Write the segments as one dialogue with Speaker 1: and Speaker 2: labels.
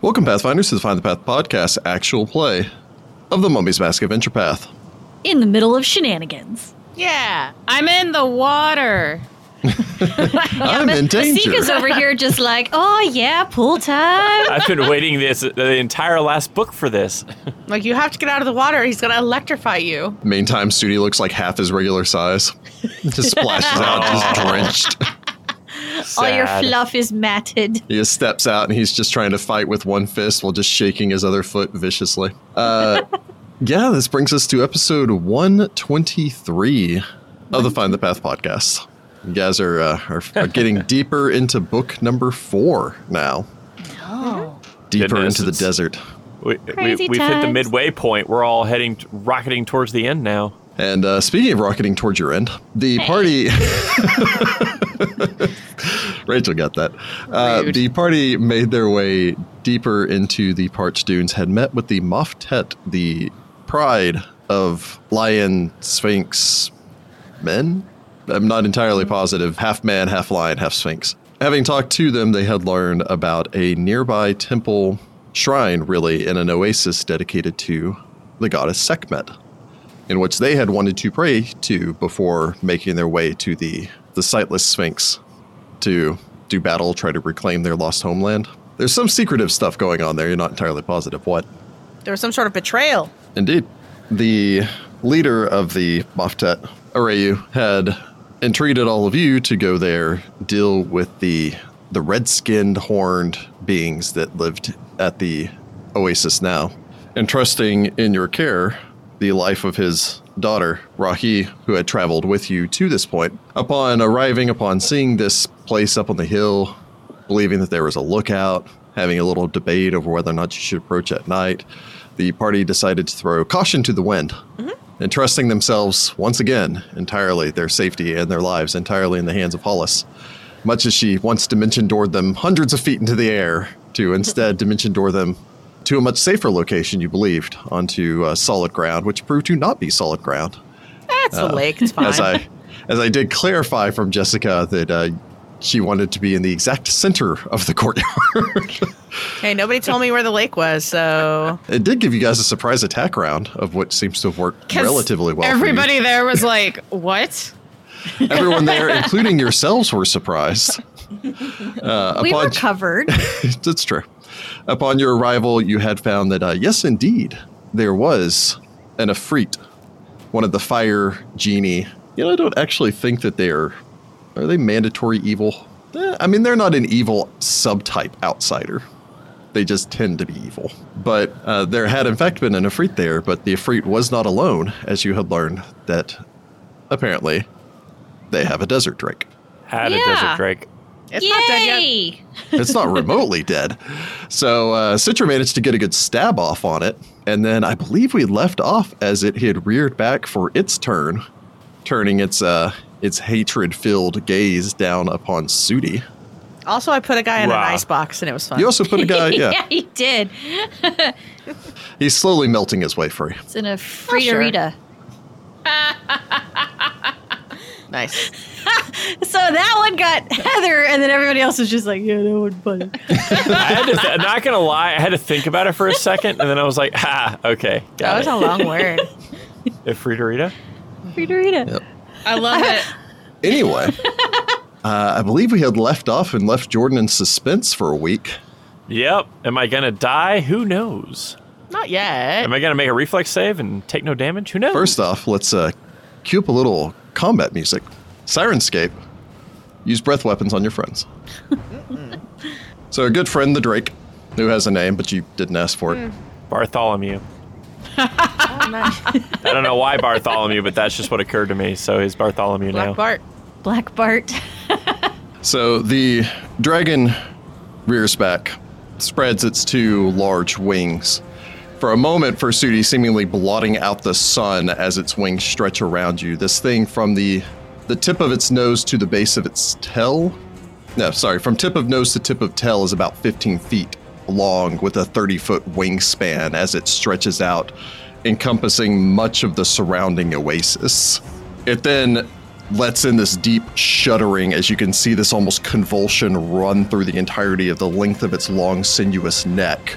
Speaker 1: Welcome, Pathfinders, to the Find the Path podcast, actual play of the Mummy's Mask Adventure Path.
Speaker 2: in the middle of shenanigans.
Speaker 3: Yeah, I'm in the water.
Speaker 1: I'm in danger.
Speaker 2: Masika's over here just like, oh yeah, pool time.
Speaker 4: I've been waiting this the entire last book for this.
Speaker 3: Like you have to get out of the water. He's gonna electrify you.
Speaker 1: Meantime, Sudi looks like half his regular size. Just splashes out, just drenched.
Speaker 2: All your
Speaker 4: Sad.
Speaker 2: fluff is matted.
Speaker 1: He just steps out and he's just trying to fight with one fist while just shaking his other foot viciously. Uh, yeah, this brings us to episode 123 of the Find the Path podcast. You guys are, uh, are, are getting deeper into book number four now,
Speaker 2: Oh.
Speaker 1: deeper
Speaker 4: Goodness,
Speaker 1: into the
Speaker 4: it's-
Speaker 1: desert.
Speaker 4: We,
Speaker 2: Crazy
Speaker 4: we, have hit the
Speaker 2: times.
Speaker 4: midway point. We're all heading, rocketing towards the end now.
Speaker 1: And uh, speaking of rocketing towards your end, the party. Rachel got that. Uh,
Speaker 3: Rude.
Speaker 1: the party made their way deeper into the parched dunes, had met with the Moftet, the pride of lion sphinx men? I'm not entirely positive. Half man, half lion, half sphinx. Having talked to them, they had learned about a nearby temple shrine, really, in an oasis dedicated to the goddess Sekhmet, in which they had wanted to pray to before making their way to the, the sightless sphinx to do battle, try to reclaim their lost homeland. There's some secretive stuff going on there. You're not entirely positive what.
Speaker 3: There was some sort of betrayal.
Speaker 1: Indeed. The leader of the Moftet, Arayu, had entreated all of you to go there, deal with the the red-skinned horned beings that lived at the oasis now, entrusting in your care the life of his daughter, Rahi, who had traveled with you to this point. Upon arriving, upon seeing this place up on the hill, believing that there was a lookout, having a little debate over whether or not you should approach at night, the party decided to throw caution to the wind, entrusting themselves once again entirely, their safety and their lives entirely in the hands of Hollis. Much as she once dimension doored them hundreds of feet into the air, to instead dimension door them to a much safer location, you believed, onto uh, solid ground, which proved to not be solid ground
Speaker 3: That's
Speaker 1: Oh.
Speaker 3: the lake. It's fine.
Speaker 1: as I as I did clarify from Jessica that uh, she wanted to be in the exact center of the courtyard.
Speaker 3: hey, nobody told me where the lake was, so
Speaker 1: it did give you guys a surprise attack round of what seems to have worked
Speaker 3: 'Cause
Speaker 1: relatively well. for you.
Speaker 3: Everybody there was like, "What?"
Speaker 1: everyone there, including yourselves, were surprised. Uh,
Speaker 2: We were
Speaker 1: upon
Speaker 2: covered.
Speaker 1: that's true. Upon your arrival, you had found that uh, yes, indeed, there was an Afrit, one of the fire genie. You know, I don't actually think that they're are they mandatory evil. Eh, I mean, they're not an evil subtype outsider. They just tend to be evil. But uh, there had, in fact, been an Afrit there, but the Afrit was not alone, as you had learned that apparently they have a desert drake.
Speaker 4: Had a
Speaker 2: Yeah.
Speaker 4: desert drake.
Speaker 3: It's
Speaker 2: Yay!
Speaker 3: not dead yet.
Speaker 1: It's not remotely dead. So uh, Citra managed to get a good stab off on it. And then I believe we left off as it had reared back for its turn, turning its uh, its hatred filled gaze down upon Sudi.
Speaker 3: Also, I put a guy in an
Speaker 4: Wow.
Speaker 3: ice box, and it was fun.
Speaker 1: You also put a guy, yeah,
Speaker 2: he did.
Speaker 1: he's slowly melting his way free.
Speaker 2: It's in a fritarita.
Speaker 3: nice.
Speaker 2: So that one got Heather, and then everybody else was just like, yeah, that one funny.
Speaker 4: I had to th- I'm not gonna lie. I had to think about it for a second, and then I was like, "Ha, okay,
Speaker 3: That
Speaker 4: got
Speaker 3: was a long word.
Speaker 4: it." Friederita.
Speaker 2: fritarita.
Speaker 1: Yep. Oh.
Speaker 3: I love it.
Speaker 1: Anyway, uh, I believe we had left off and left Jordan in suspense for a week.
Speaker 4: Yep. Am I gonna die? Who knows?
Speaker 3: Not yet.
Speaker 4: Am I gonna make a reflex save and take no damage? Who knows?
Speaker 1: First off, let's uh, cue up a little combat music. Sirenscape. Use breath weapons on your friends. so, a good friend, the Drake, who has a name, but you didn't ask for it.
Speaker 4: Bartholomew.
Speaker 3: Oh, nice.
Speaker 4: I don't know why Bartholomew, but that's just what occurred to me. So he's Bartholomew now.
Speaker 3: Black Bart.
Speaker 2: Black Bart.
Speaker 1: So, the dragon rears back, spreads its two large wings. For a moment, Fursuti seemingly blotting out the sun as its wings stretch around you. This thing from the the tip of its nose to the base of its tail. No, sorry, from tip of nose to tip of tail is about 15 feet long with a 30 foot wingspan as it stretches out, encompassing much of the surrounding oasis. It then lets in this deep shuddering as you can see this almost convulsion run through the entirety of the length of its long, sinuous neck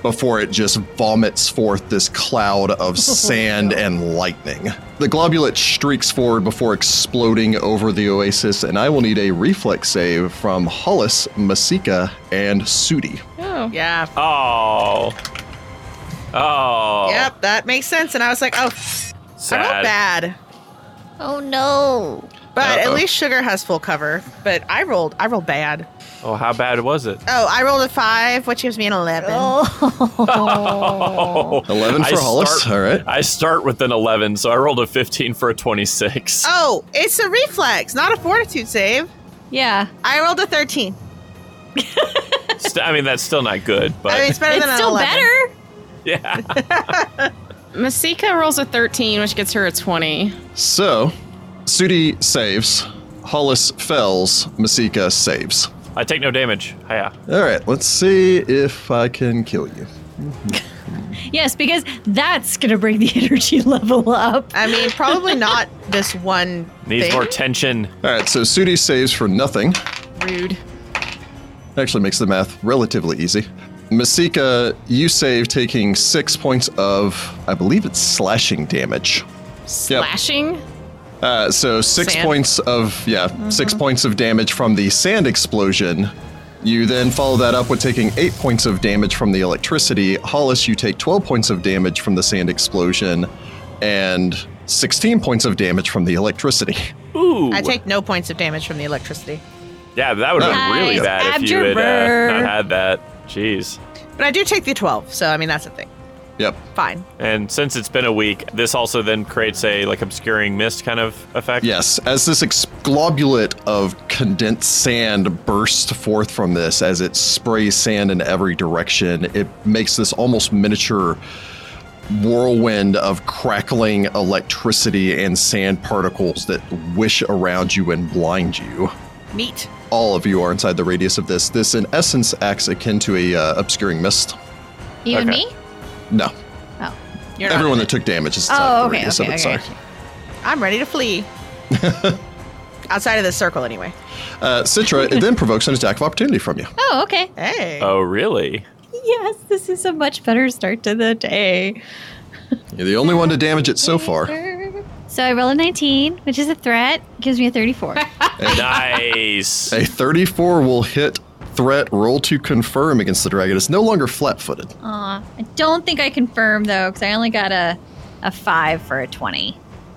Speaker 1: before it just vomits forth this cloud of sand and lightning. The globulet streaks forward before exploding over the oasis, and I will need a reflex save from Hollis, Masika, and Sudi.
Speaker 2: Oh.
Speaker 3: Yeah.
Speaker 4: Oh. Oh.
Speaker 3: Yep, that makes sense. And I was like, oh, I
Speaker 4: Sad.
Speaker 3: wrote bad.
Speaker 5: Oh no.
Speaker 3: But
Speaker 1: Uh-oh.
Speaker 3: at least sugar has full cover. But I rolled, I rolled bad.
Speaker 4: Oh, how bad was it?
Speaker 3: Oh, I rolled a five, which gives me an eleven.
Speaker 5: Oh.
Speaker 4: Oh.
Speaker 1: 11
Speaker 4: I
Speaker 1: for Hollis.
Speaker 4: start-
Speaker 1: All right.
Speaker 4: I start with an 11, so I rolled a 15 for a 26.
Speaker 3: Oh, it's a reflex, not a fortitude save.
Speaker 2: Yeah.
Speaker 3: I rolled a thirteen.
Speaker 4: St- I mean, that's still not good, but
Speaker 3: I mean, it's better
Speaker 2: It's
Speaker 3: than
Speaker 2: still
Speaker 3: an 11.
Speaker 2: better.
Speaker 4: yeah.
Speaker 6: Masika rolls a 13, which gets her a 20.
Speaker 1: So, Sudi saves, Hollis fells, Masika saves.
Speaker 4: I take no damage. Hiya.
Speaker 1: All right, let's see if I can kill you.
Speaker 2: Yes, because that's going to bring the energy level up.
Speaker 3: I mean, probably not this one.
Speaker 4: Needs
Speaker 3: thing.
Speaker 4: more tension.
Speaker 1: All right, so Sudi saves for nothing.
Speaker 6: Rude.
Speaker 1: Actually makes the math relatively easy. Masika, you save taking six points of, I believe it's slashing damage.
Speaker 6: Slashing?
Speaker 1: Uh, so six
Speaker 3: Sand.
Speaker 1: points of, yeah, six points of damage from the sand explosion. You then follow that up with taking eight points of damage from the electricity. Hollis, you take 12 points of damage from the sand explosion and 16 points of damage from the electricity.
Speaker 4: Ooh.
Speaker 3: I take no points of damage from the electricity.
Speaker 4: Yeah, that would have been
Speaker 2: Nice.
Speaker 4: really bad if you had
Speaker 2: Abjurber.
Speaker 4: uh, not had that. Jeez.
Speaker 3: But I do take the 12, so I mean, that's a thing.
Speaker 1: Yep.
Speaker 3: Fine.
Speaker 4: And since it's been a week, this also then creates a like obscuring mist kind of effect.
Speaker 1: Yes, as this ex- globulet of condensed sand bursts forth from this, as it sprays sand in every direction, it makes this almost miniature whirlwind of crackling electricity and sand particles that wish around you and blind you.
Speaker 3: Neat.
Speaker 1: All of you are inside the radius of this. This, in essence, acts akin to a uh, obscuring mist.
Speaker 5: You and
Speaker 4: Okay.
Speaker 5: me?
Speaker 1: No,
Speaker 5: Oh.
Speaker 3: You're not-
Speaker 1: everyone that took damage is inside
Speaker 2: Oh,
Speaker 1: the
Speaker 2: okay,
Speaker 1: radius of
Speaker 2: okay,
Speaker 1: it.
Speaker 2: okay.
Speaker 1: Sorry.
Speaker 3: I'm ready to flee. Outside of this circle, anyway.
Speaker 1: Uh, Citra, it then provokes an attack of opportunity from you.
Speaker 2: Oh, okay.
Speaker 3: Hey.
Speaker 4: Oh, really?
Speaker 2: Yes, this is a much better start to the day.
Speaker 1: You're the only one to damage it so far.
Speaker 5: So I roll a 19, which is a threat. Gives me a 34.
Speaker 4: nice.
Speaker 1: A 34 will hit threat roll to confirm against the dragon. It's no longer flat footed.
Speaker 5: Aw. I don't think I confirm though, because I only got a a five for a 20.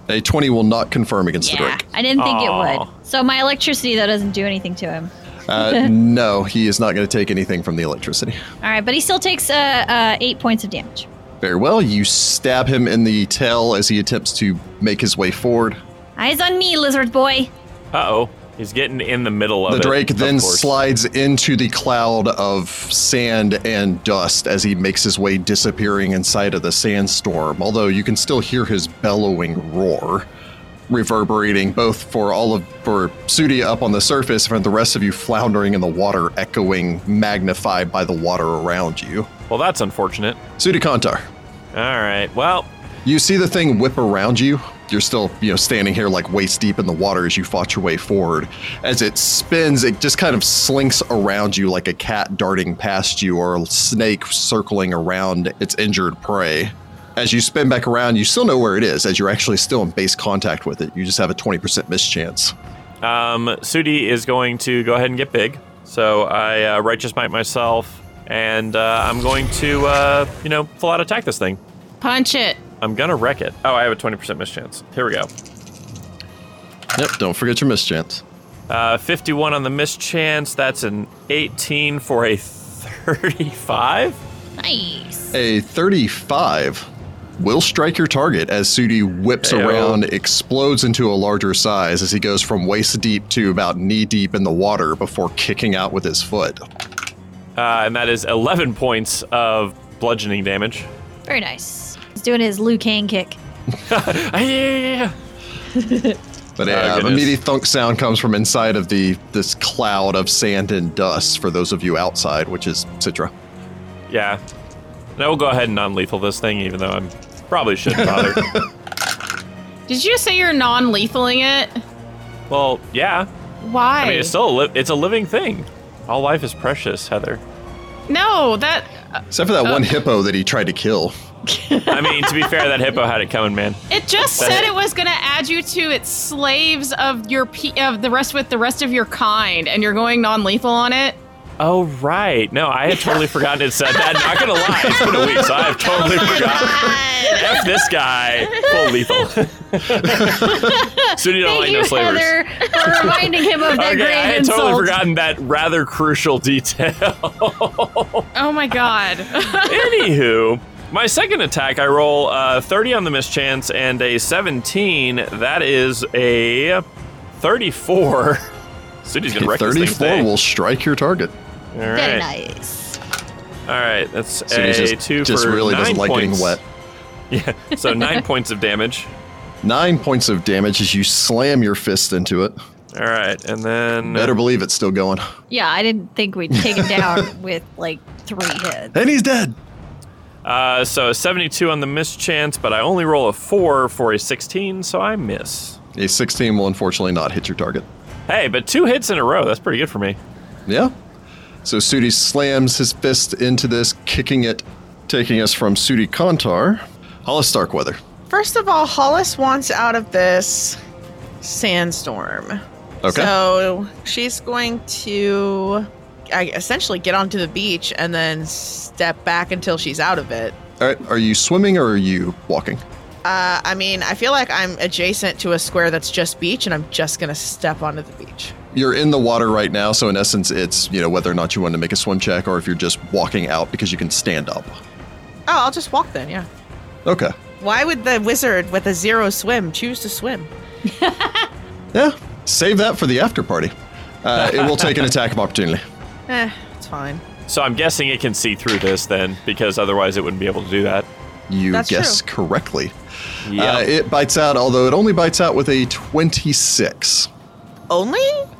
Speaker 1: A 20 will not confirm against
Speaker 5: Yeah,
Speaker 1: the
Speaker 5: I didn't think it
Speaker 4: Aw.
Speaker 5: would. So my electricity though doesn't do anything to him.
Speaker 1: drake. Uh, no, he is not going to take anything from the electricity.
Speaker 5: All right, but he still takes uh, uh, eight points of damage.
Speaker 1: Very well. You stab him in the tail as he attempts to make his way forward.
Speaker 5: Eyes on me, lizard boy.
Speaker 4: Uh oh. He's getting in the middle of
Speaker 1: the
Speaker 4: it.
Speaker 1: drake
Speaker 4: of
Speaker 1: then
Speaker 4: course.
Speaker 1: slides into the cloud of sand and dust as he makes his way disappearing inside of the sandstorm, although you can still hear his bellowing roar reverberating both for all of for Sudi up on the surface and for the rest of you floundering in the water echoing magnified by the water around you.
Speaker 4: Well, that's unfortunate.
Speaker 1: Sudi Kantar,
Speaker 4: All right. Well,
Speaker 1: you see the thing whip around you. You're still, you know, standing here like waist deep in the water as you fought your way forward. As it spins, it just kind of slinks around you like a cat darting past you or a snake circling around its injured prey. As you spin back around, you still know where it is, as you're actually still in base contact with it. You just have a 20% mischance.
Speaker 4: um, Sudi is going to go ahead and get big. So I uh, righteous might myself, and uh, I'm going to, uh, you know, full out attack this thing.
Speaker 6: Punch it.
Speaker 4: I'm gonna wreck it. Oh, I have a 20% mischance. Here we go.
Speaker 1: Yep, don't forget your mischance.
Speaker 4: Uh, 51 on the mischance. That's an 18 for a 35.
Speaker 5: Nice.
Speaker 1: A 35 will strike your target as Sudi whips
Speaker 4: Ayo.
Speaker 1: around, explodes into a larger size as he goes from waist deep to about knee deep in the water before kicking out with his foot.
Speaker 4: Uh, and that is 11 points of bludgeoning damage.
Speaker 5: Very nice. He's doing his Liu Kang kick.
Speaker 4: Ah, yeah, yeah, yeah.
Speaker 1: But
Speaker 4: Oh,
Speaker 1: uh, a
Speaker 4: goodness.
Speaker 1: meaty thunk sound comes from inside of the this cloud of sand and dust for those of you outside, which is Citra.
Speaker 4: Yeah. Now we'll go ahead and non lethal this thing, even though I'm probably shouldn't bother.
Speaker 6: Did you say you're non lethaling it?
Speaker 4: well, yeah.
Speaker 3: Why?
Speaker 4: I mean, it's still a li- it's a living thing. All life is precious, Heather.
Speaker 6: No, that.
Speaker 1: Except for that one hippo that he tried to kill.
Speaker 4: I mean, to be fair, that hippo had it coming, man.
Speaker 6: It just
Speaker 4: That-
Speaker 6: said it was going to add you to its slaves of your pe- of the rest with the rest of your kind, and you're going non-lethal on it.
Speaker 4: Oh right, no, I had totally forgotten it said that. Not gonna lie, it's been a week, so I
Speaker 5: Oh
Speaker 4: have totally forgotten. F this guy, full lethal. Soon you
Speaker 5: Thank
Speaker 4: don't like
Speaker 5: you,
Speaker 4: no slavers.
Speaker 5: Heather, for reminding him of that
Speaker 4: Okay,
Speaker 5: great
Speaker 4: I had
Speaker 5: insult.
Speaker 4: totally forgotten that rather crucial detail.
Speaker 6: Oh my god.
Speaker 4: Anywho, my second attack, I roll uh, 30 on the mischance and a 17. That is a 34. City's gonna wreck this thing. today.
Speaker 1: Thirty-four will strike your target.
Speaker 4: All
Speaker 5: Very
Speaker 4: right,
Speaker 5: nice.
Speaker 4: all right. That's
Speaker 1: So
Speaker 4: a
Speaker 1: he just,
Speaker 4: two
Speaker 1: just
Speaker 4: for
Speaker 1: really
Speaker 4: nine
Speaker 1: doesn't like
Speaker 4: points.
Speaker 1: getting wet.
Speaker 4: Yeah, so nine points of damage.
Speaker 1: Nine points of damage as you slam your fist into it.
Speaker 4: All right, and then
Speaker 1: Better believe it's still going.
Speaker 5: Yeah, I didn't think we'd take him down with like three hits.
Speaker 1: And he's dead.
Speaker 4: uh, so a 72 on the miss chance, but I only roll a four for a 16, so I miss.
Speaker 1: A 16 will unfortunately not hit your target.
Speaker 4: Hey, but two hits in a row. That's pretty good for me.
Speaker 1: Yeah. So Sudi slams his fist into this, kicking it, taking us from Sudi Kantar. Hollis Starkweather.
Speaker 3: First of all, Hollis wants out of this sandstorm.
Speaker 1: Okay.
Speaker 3: So she's going to I, essentially get onto the beach and then step back until she's out of it.
Speaker 1: All right. Are you swimming or are you walking?
Speaker 3: Uh, I mean, I feel like I'm adjacent to a square that's just beach, and I'm just gonna step onto the beach.
Speaker 1: You're in the water right now, so in essence, it's you know whether or not you want to make a swim check or if you're just walking out because you can stand up.
Speaker 3: Oh, I'll just walk then. Yeah.
Speaker 1: Okay.
Speaker 3: Why would the wizard with a zero swim choose to swim?
Speaker 1: Yeah. Save that for the after party. Uh, it will take an attack of opportunity.
Speaker 3: Eh, it's fine.
Speaker 4: So I'm guessing it can see through this then, because otherwise it wouldn't be able to do that.
Speaker 1: You
Speaker 3: That's
Speaker 1: guess
Speaker 3: true.
Speaker 1: correctly.
Speaker 4: Yeah.
Speaker 1: Uh, it bites out, although it only bites out with a 26.
Speaker 3: Only?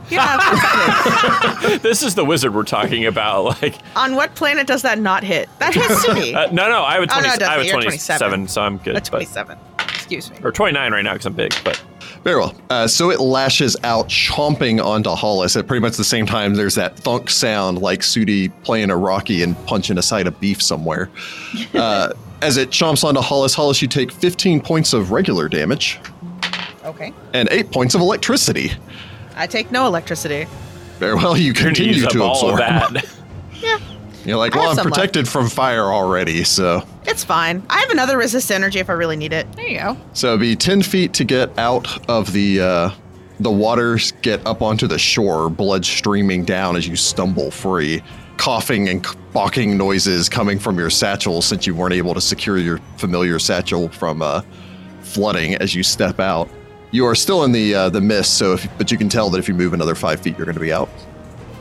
Speaker 3: Yeah. of course it is.
Speaker 4: this is the wizard we're talking about. Like,
Speaker 3: On what planet does that not hit? That hits Sudi.
Speaker 4: uh, no, no, I have a,
Speaker 3: Oh, no,
Speaker 4: 20, I have
Speaker 3: definitely,
Speaker 4: a
Speaker 3: you're
Speaker 4: 27, so I'm good.
Speaker 3: a
Speaker 4: but-
Speaker 3: 27. Excuse me.
Speaker 4: or 29 right now because I'm big, but
Speaker 1: Very well. Uh, so it lashes out, chomping onto Hollis at pretty much the same time. There's that thunk sound like Sudi playing a Rocky and punching a side of beef somewhere. Uh, as it chomps onto Hollis, Hollis, you take 15 points of regular damage
Speaker 3: Okay.
Speaker 1: and 8 points of electricity.
Speaker 3: I take no electricity.
Speaker 1: Very well, you
Speaker 4: you're going to use
Speaker 1: continue
Speaker 4: up
Speaker 1: to
Speaker 4: all of
Speaker 1: absorb.
Speaker 4: that.
Speaker 3: Yeah.
Speaker 1: You're like,
Speaker 3: I
Speaker 1: well,
Speaker 3: have
Speaker 1: I'm
Speaker 3: some left.
Speaker 1: protected from fire already, so.
Speaker 3: It's fine. I have another resist energy if I really need it.
Speaker 5: There you go.
Speaker 1: So it'd be ten feet to get out of the uh, the waters, get up onto the shore, blood streaming down as you stumble free, coughing and c- barking noises coming from your satchel since you weren't able to secure your familiar satchel from uh, flooding as you step out. You are still in the uh, the mist, so if, but you can tell that if you move another five feet, you're going to be out.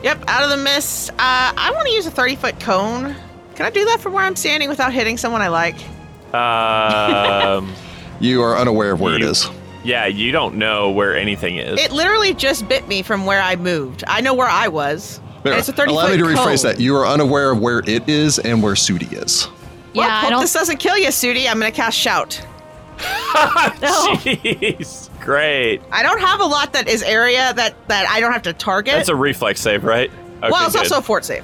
Speaker 3: Yep, out of the mist. Uh, I want to use a 30 foot cone. Can I do that from where I'm standing without hitting someone I like?
Speaker 4: Um,
Speaker 1: You are unaware of where
Speaker 4: You-
Speaker 1: it is.
Speaker 4: yeah, you don't know where anything is.
Speaker 3: It literally just bit me from where I moved. I know where I was. And it's a 30
Speaker 1: Allow
Speaker 3: foot
Speaker 1: me to rephrase
Speaker 3: cone.
Speaker 1: that. You are unaware of where it is and where Sudi is.
Speaker 3: Well,
Speaker 5: yeah, I
Speaker 3: hope
Speaker 5: don't.
Speaker 3: this doesn't kill you, Sudi. I'm going to cast Shout.
Speaker 4: Jeez, great.
Speaker 3: I don't have a lot that is area that, that I don't have to target.
Speaker 4: That's a reflex save, right? Okay,
Speaker 3: well, it's
Speaker 4: good.
Speaker 3: also a fort save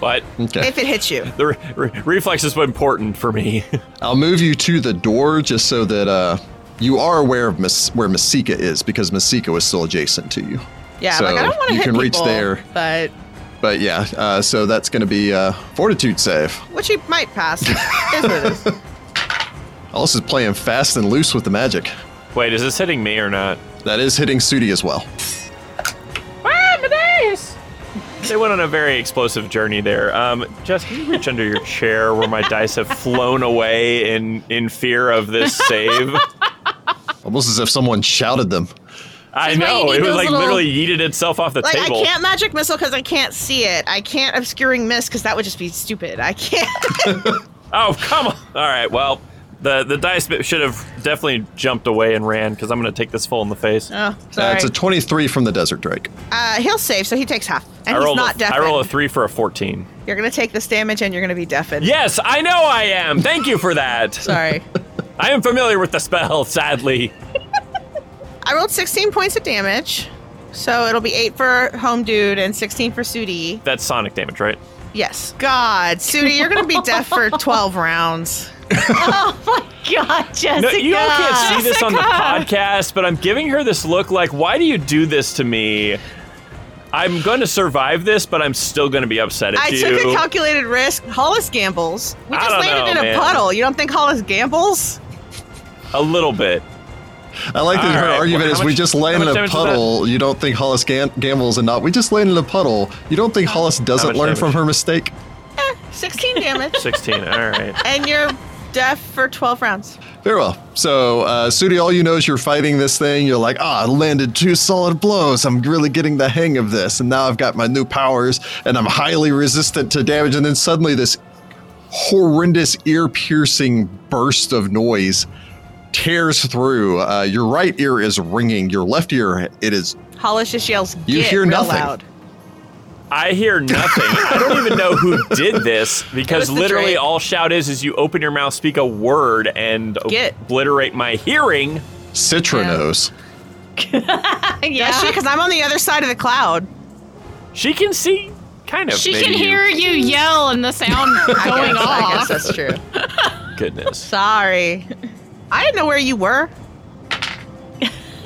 Speaker 4: But
Speaker 1: Okay.
Speaker 3: if it hits you.
Speaker 4: the re- re- reflex is important for me.
Speaker 1: I'll move you to the door just so that uh, you are aware of Mas- where Masika is because Masika is still adjacent to you.
Speaker 3: Yeah,
Speaker 1: so
Speaker 3: like I don't want to
Speaker 1: you
Speaker 3: hit
Speaker 1: can reach
Speaker 3: people,
Speaker 1: there,
Speaker 3: But
Speaker 1: but yeah. Uh, so that's going to be uh, Fortitude save.
Speaker 3: which you might pass. Is what it is.
Speaker 1: Alice is playing fast and loose with the magic.
Speaker 4: Wait, is this hitting me or not?
Speaker 1: That is hitting Sudi as well.
Speaker 4: They went on a very explosive journey there. Um, Jess, can you reach under your chair where my dice have flown away in in fear of this save?
Speaker 1: Almost as if someone shouted them. Uh,
Speaker 4: I
Speaker 5: This is why you
Speaker 4: know
Speaker 5: need
Speaker 4: it was
Speaker 5: those
Speaker 4: like
Speaker 5: little-
Speaker 4: literally yeeted itself off the
Speaker 3: Like
Speaker 4: table.
Speaker 3: I can't magic missile because I can't see it. I can't obscuring mist because that would just be stupid. I can't.
Speaker 4: Oh come on! All right, well the the dice bit should have definitely jumped away and ran because I'm gonna take this full in the face.
Speaker 3: oh,
Speaker 1: Uh,
Speaker 3: sorry.
Speaker 1: it's a 23 from the Desert Drake.
Speaker 3: uh, he'll save, so he takes half, and
Speaker 4: I
Speaker 3: he's
Speaker 4: rolled
Speaker 3: not
Speaker 4: a, I
Speaker 3: deafened.
Speaker 4: roll a three for a fourteen.
Speaker 3: You're gonna take this damage, and you're gonna be deafened.
Speaker 4: Yes, I know I am. Thank you for that.
Speaker 3: Sorry.
Speaker 4: I am familiar with the spell. Sadly,
Speaker 3: I rolled 16 points of damage, so it'll be eight for home dude and 16 for Sudi.
Speaker 4: that's sonic damage, right?
Speaker 3: Yes. God, Sudi, you're going to be deaf for 12 rounds.
Speaker 2: oh my god, Jessica!
Speaker 4: No, you all can't see this on the podcast, but I'm giving her this look like, why do you do this to me? I'm going to survive this, but I'm still going to be upset at
Speaker 3: I
Speaker 4: you.
Speaker 3: took a calculated risk. Hollis gambles. We
Speaker 4: I
Speaker 3: just
Speaker 4: don't
Speaker 3: landed
Speaker 4: know,
Speaker 3: in a
Speaker 4: man.
Speaker 3: puddle. You don't think Hollis gambles?
Speaker 4: a little bit.
Speaker 1: I like that
Speaker 4: All
Speaker 1: her
Speaker 4: right,
Speaker 1: argument
Speaker 4: well,
Speaker 1: is
Speaker 4: how
Speaker 1: we
Speaker 4: much-
Speaker 1: just land
Speaker 4: how
Speaker 1: in a
Speaker 4: much damage was
Speaker 1: puddle. You don't think Hollis gam- gambles and not. We just land in a puddle. You don't think Hollis doesn't
Speaker 4: much
Speaker 1: learn
Speaker 4: damage?
Speaker 1: from her mistake?
Speaker 3: Eh, 16 damage.
Speaker 4: 16. All right.
Speaker 3: and you're deaf for 12 rounds.
Speaker 1: Very well. So, uh, Sudi, all you know is you're fighting this thing. You're like, ah, I landed two solid blows. I'm really getting the hang of this. And now I've got my new powers and I'm highly resistant to damage. And then suddenly, this horrendous, ear piercing burst of noise tears through. Uh, your right ear is ringing, your left ear, it is.
Speaker 3: Hollis just yells, Get
Speaker 1: You hear
Speaker 3: real
Speaker 1: nothing.
Speaker 3: loud.
Speaker 4: I hear nothing. I don't even know who did this because
Speaker 3: was the
Speaker 4: literally
Speaker 3: drape.
Speaker 4: all shout is is you open your mouth, speak a word, and
Speaker 3: Get.
Speaker 4: obliterate my hearing.
Speaker 1: Citronos.
Speaker 3: Yeah,
Speaker 2: yeah.
Speaker 3: because I'm on the other side of the cloud.
Speaker 4: She can see, kind of.
Speaker 6: She
Speaker 4: maybe
Speaker 6: can
Speaker 4: you-
Speaker 6: hear you yell and the sound going
Speaker 3: Yes, I guess
Speaker 6: off.
Speaker 3: that's true.
Speaker 4: Goodness.
Speaker 3: Sorry. I didn't know where you were.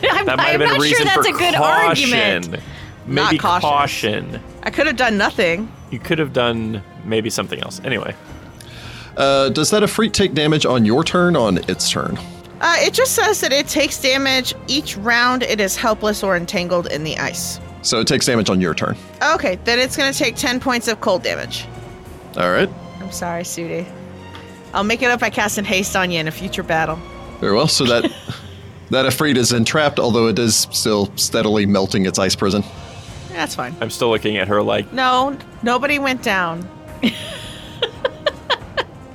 Speaker 2: I'm,
Speaker 4: That might
Speaker 2: I'm
Speaker 4: have been
Speaker 2: not
Speaker 4: a reason
Speaker 2: sure that's
Speaker 4: for
Speaker 2: a good
Speaker 4: caution.
Speaker 2: argument.
Speaker 4: Maybe
Speaker 3: Not cautious.
Speaker 4: caution.
Speaker 3: I could have done nothing.
Speaker 4: You could have done maybe something else. Anyway,
Speaker 1: Uh, does that Efreet take damage on your turn, on its turn?
Speaker 3: Uh, it just says that it takes damage each round it is helpless or entangled in the ice.
Speaker 1: So, it takes damage on your turn.
Speaker 3: Okay, then it's going to take 10 points of cold damage.
Speaker 1: All right.
Speaker 3: I'm sorry, Sudi. I'll make it up by casting haste on you in a future battle.
Speaker 1: Very well. So that that Afreet is entrapped, although it is still steadily melting its ice prison.
Speaker 3: That's fine.
Speaker 4: I'm still looking at her like
Speaker 3: No, nobody went down.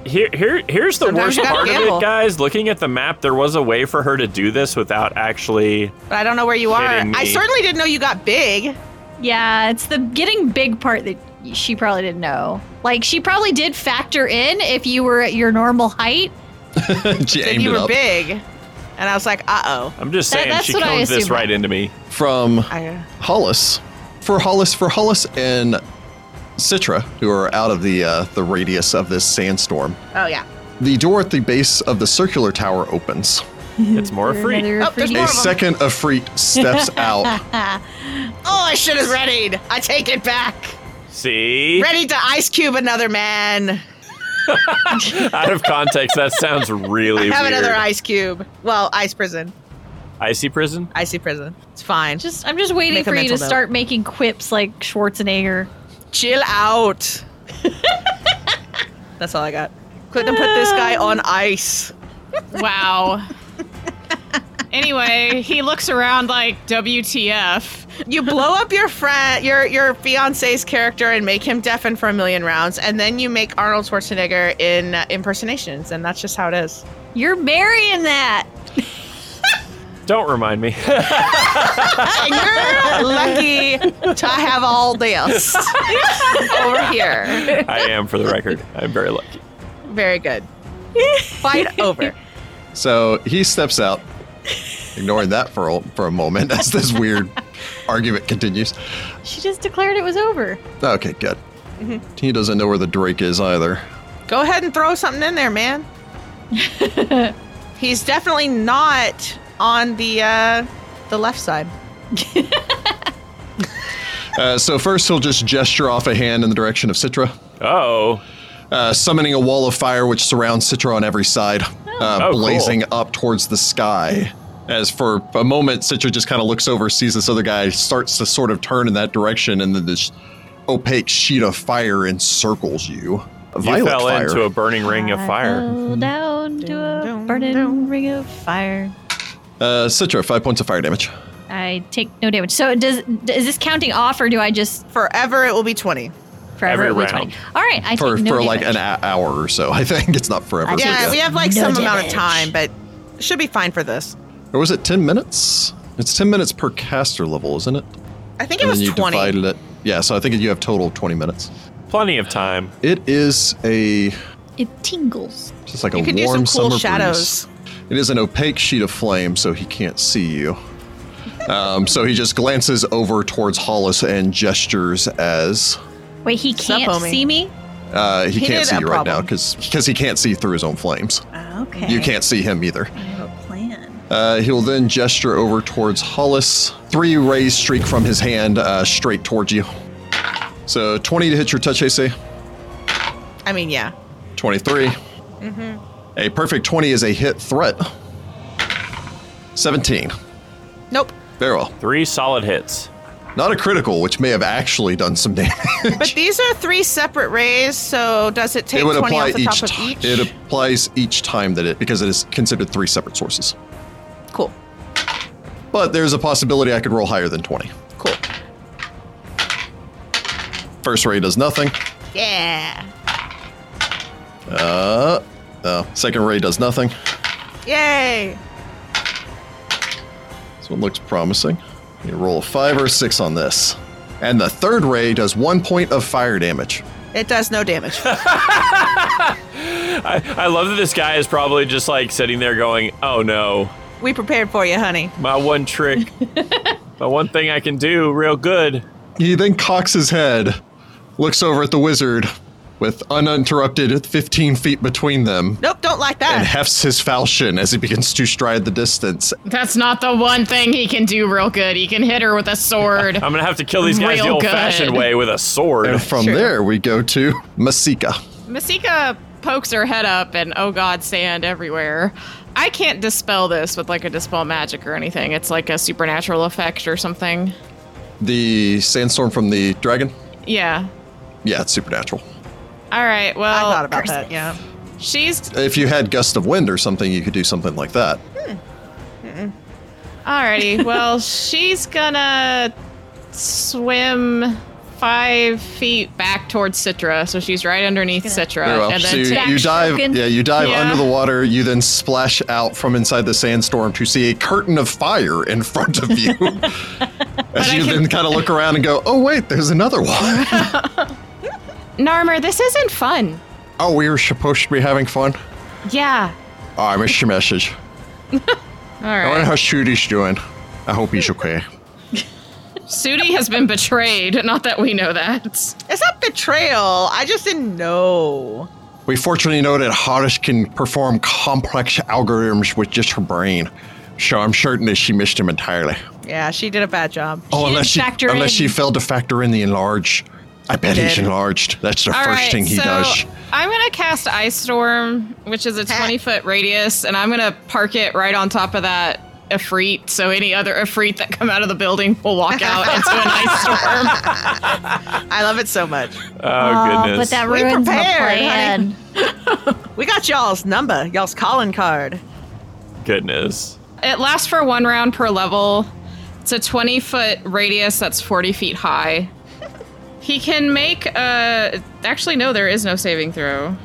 Speaker 4: Here, here, here's the
Speaker 3: Sometimes you
Speaker 4: worst
Speaker 3: gotta
Speaker 4: part of
Speaker 3: gamble.
Speaker 4: it, guys. Looking at the map, there was a way for her to do this without actually.
Speaker 3: But I don't know where you are.
Speaker 4: Kidding me.
Speaker 3: I certainly didn't know you got big.
Speaker 5: Yeah, it's the getting big part that she probably didn't know. Like she probably did factor in if you were at your normal height.
Speaker 1: she
Speaker 3: That
Speaker 1: aimed
Speaker 3: you
Speaker 1: it
Speaker 3: were
Speaker 1: up
Speaker 3: big. And I was like, uh oh.
Speaker 4: I'm just
Speaker 5: That-
Speaker 4: saying,
Speaker 5: that's
Speaker 4: she
Speaker 5: what I
Speaker 4: cones this
Speaker 5: assumed.
Speaker 4: right into me.
Speaker 1: from
Speaker 3: I,
Speaker 1: Hollis. For Hollis, for Hollis and Citra, who are out of the uh, the radius of this sandstorm,
Speaker 3: oh, yeah.
Speaker 1: the door at the base of the circular tower opens.
Speaker 4: It's more free.
Speaker 5: Another
Speaker 3: Oh, there's
Speaker 5: freaking-
Speaker 3: more.
Speaker 1: A
Speaker 3: Normal.
Speaker 1: second Afreet steps out.
Speaker 3: Oh, I should have readied. I take it back.
Speaker 4: See,
Speaker 3: Ready to ice cube another man.
Speaker 4: out of context, that sounds really
Speaker 3: Have
Speaker 4: weird.
Speaker 3: another ice cube. Well, ice prison.
Speaker 4: Icy prison.
Speaker 3: Icy prison. It's fine. Just
Speaker 5: Just I'm just waiting
Speaker 3: Make a
Speaker 5: for you
Speaker 3: mental
Speaker 5: to
Speaker 3: note.
Speaker 5: start making quips like Schwarzenegger.
Speaker 3: chill out. That's all I got. Couldn't put this guy on ice.
Speaker 6: Wow. anyway, he looks around like WTF.
Speaker 3: You blow up your friend, your your fiance's character, and make him deafened for a million rounds, and then you make Arnold Schwarzenegger in uh, impersonations, and that's just how it is.
Speaker 5: You're marrying that.
Speaker 4: Don't remind me.
Speaker 3: And you're lucky to have all this over here.
Speaker 4: I am, for the record. I'm very lucky.
Speaker 3: Very good. Fight over.
Speaker 1: So he steps out, ignoring that for a, for a moment as this weird argument continues.
Speaker 5: She just declared it was over.
Speaker 1: Okay, good. He doesn't know where the Drake is either.
Speaker 3: Go ahead and throw something in there, man. He's definitely not on the uh, the left side.
Speaker 1: Uh, so first he'll just gesture off a hand in the direction of Citra,
Speaker 4: Oh,
Speaker 1: uh, summoning a wall of fire which surrounds Citra on every side, uh,
Speaker 4: Oh, cool.
Speaker 1: blazing up towards the sky. As for a moment, Citra just kind of looks over, sees this other guy, starts to sort of turn in that direction, and then this opaque sheet of fire encircles you.
Speaker 4: you fell
Speaker 1: fire.
Speaker 4: into a burning ring of
Speaker 5: I
Speaker 4: fire.
Speaker 5: fell
Speaker 3: Mm-hmm.
Speaker 5: down to a burning ring of fire.
Speaker 1: uh, Citra, five points of fire damage.
Speaker 5: I take no damage. So does is this counting off or do I just
Speaker 3: Forever, it will be twenty.
Speaker 5: forever
Speaker 4: Every
Speaker 5: it'll be 20?
Speaker 4: round.
Speaker 5: All right, I
Speaker 1: For,
Speaker 5: take no
Speaker 1: for
Speaker 5: damage.
Speaker 1: like an a- hour or so, I think. It's not forever.
Speaker 5: I
Speaker 1: but
Speaker 5: take
Speaker 3: Yeah,
Speaker 5: it.
Speaker 3: we have like
Speaker 5: No
Speaker 3: some amount of
Speaker 5: damage.
Speaker 3: time, but should be fine for this.
Speaker 1: Or was it 10 minutes? It's 10 minutes per caster level, isn't it?
Speaker 3: I think it
Speaker 1: and then
Speaker 3: was
Speaker 1: you
Speaker 3: twenty.
Speaker 1: divided it. Yeah, so I think you have total of 20 minutes.
Speaker 4: Plenty of time.
Speaker 1: It is a
Speaker 5: it tingles.
Speaker 1: just like
Speaker 3: You
Speaker 1: a
Speaker 3: could do
Speaker 1: warm
Speaker 3: some cool
Speaker 1: summer
Speaker 3: shadows.
Speaker 1: breeze. It is an opaque sheet of flame, so he can't see you. Um, so he just glances over towards Hollis and gestures as
Speaker 5: Wait, he
Speaker 3: Sup,
Speaker 5: can't
Speaker 3: homie?
Speaker 5: see me?
Speaker 1: Uh, he,
Speaker 3: He
Speaker 1: can't
Speaker 3: did
Speaker 1: see
Speaker 3: a
Speaker 1: you right now
Speaker 3: problem.
Speaker 1: because he can't see through his own flames.
Speaker 5: Okay.
Speaker 1: You can't see him either.
Speaker 5: I have a plan.
Speaker 1: Uh, he'll then gesture over towards Hollis. Three rays streak from his hand uh, straight towards you. So 20 to hit your touch AC,
Speaker 3: I mean, yeah.
Speaker 1: 23.
Speaker 3: Mm-hmm.
Speaker 1: A perfect 20 is a hit threat. 17.
Speaker 3: Nope.
Speaker 1: Very well.
Speaker 4: Three solid hits.
Speaker 1: Not a critical, which may have actually done some damage.
Speaker 3: But these are three separate rays, so does it take
Speaker 1: it would
Speaker 3: 20
Speaker 1: apply
Speaker 3: off the
Speaker 1: each
Speaker 3: top
Speaker 1: ti-
Speaker 3: of each?
Speaker 1: It applies each time that it, because it is considered three separate sources.
Speaker 3: cool.
Speaker 1: But there's a possibility I could roll higher than 20.
Speaker 3: Cool.
Speaker 1: First ray does nothing.
Speaker 3: Yeah.
Speaker 1: Uh, uh, second ray does nothing.
Speaker 3: Yay.
Speaker 1: This one looks promising. You roll a five or a six on this. And the third ray does one point of fire damage.
Speaker 3: It does no damage.
Speaker 4: I, I love that this guy is probably just like sitting there going, oh no,
Speaker 3: we prepared for you, honey.
Speaker 4: my one trick, my one thing I can do real good.
Speaker 1: He then cocks his head, looks over at the wizard with uninterrupted 15 feet between them,
Speaker 3: Nope, don't like
Speaker 1: and
Speaker 3: that.
Speaker 1: hefts his falchion as he begins to stride the distance.
Speaker 6: That's not the one thing he can do real good. He can hit her with a sword.
Speaker 4: I'm gonna have to kill these guys the
Speaker 6: Real
Speaker 4: old
Speaker 6: good.
Speaker 4: fashioned way with a sword.
Speaker 1: And from
Speaker 3: Sure.
Speaker 1: there, we go to Masika.
Speaker 6: Masika pokes her head up, and oh god, sand everywhere. I can't dispel this with like a dispel magic or anything. It's like a supernatural effect or something.
Speaker 1: The sandstorm from the dragon?
Speaker 6: Yeah.
Speaker 1: Yeah, it's supernatural.
Speaker 6: All right.
Speaker 3: I
Speaker 6: Well,
Speaker 3: thought about that, yeah.
Speaker 6: she's
Speaker 1: If you had gust of wind or something, you could do something like that.
Speaker 6: alrighty. well, she's gonna swim five feet back towards Citra, so she's right underneath Citra,
Speaker 1: Very well.
Speaker 6: and
Speaker 1: So
Speaker 6: then
Speaker 1: you,
Speaker 6: take-
Speaker 1: you dive,
Speaker 5: Spoken.
Speaker 1: yeah, you dive
Speaker 6: Yeah.
Speaker 1: under the water. You then splash out from inside the sandstorm to see a curtain of fire in front of you. As
Speaker 6: I
Speaker 1: you
Speaker 6: can-
Speaker 1: then kind of look around and go, "Oh wait, there's another one."
Speaker 6: Narmer, this isn't fun.
Speaker 1: oh, we were supposed to be having fun.
Speaker 6: Yeah.
Speaker 1: Oh, I missed your message.
Speaker 6: All
Speaker 1: I
Speaker 6: right.
Speaker 1: wonder how Shooty's doing. I hope he's okay.
Speaker 6: Sudi has been betrayed. Not that we know that.
Speaker 3: It's not betrayal. I just didn't know.
Speaker 1: We fortunately know that Harish can perform complex algorithms with just her brain, so I'm certain that she missed him entirely.
Speaker 3: Yeah, she did a bad job.
Speaker 1: Oh,
Speaker 5: She
Speaker 1: unless
Speaker 5: didn't
Speaker 1: she
Speaker 5: factor
Speaker 1: unless she
Speaker 5: in.
Speaker 1: failed to factor in the enlarge. I bet he's
Speaker 3: did.
Speaker 1: enlarged. That's the
Speaker 6: All
Speaker 1: first
Speaker 6: right,
Speaker 1: thing he
Speaker 6: so
Speaker 1: does.
Speaker 6: I'm gonna cast Ice Storm, which is a 20 foot radius, and I'm gonna park it right on top of that Efreet. So any other Efreet that come out of the building will walk out into an ice storm.
Speaker 3: I love it so much.
Speaker 4: Oh,
Speaker 5: but
Speaker 4: goodness.
Speaker 5: that
Speaker 3: We
Speaker 5: ruins my
Speaker 3: prepared, honey.
Speaker 5: plan.
Speaker 3: We got y'all's number, y'all's calling card.
Speaker 4: goodness.
Speaker 6: It lasts for one round per level. It's a 20 foot radius that's 40 feet high. He can make a. Actually, no, there is no saving throw.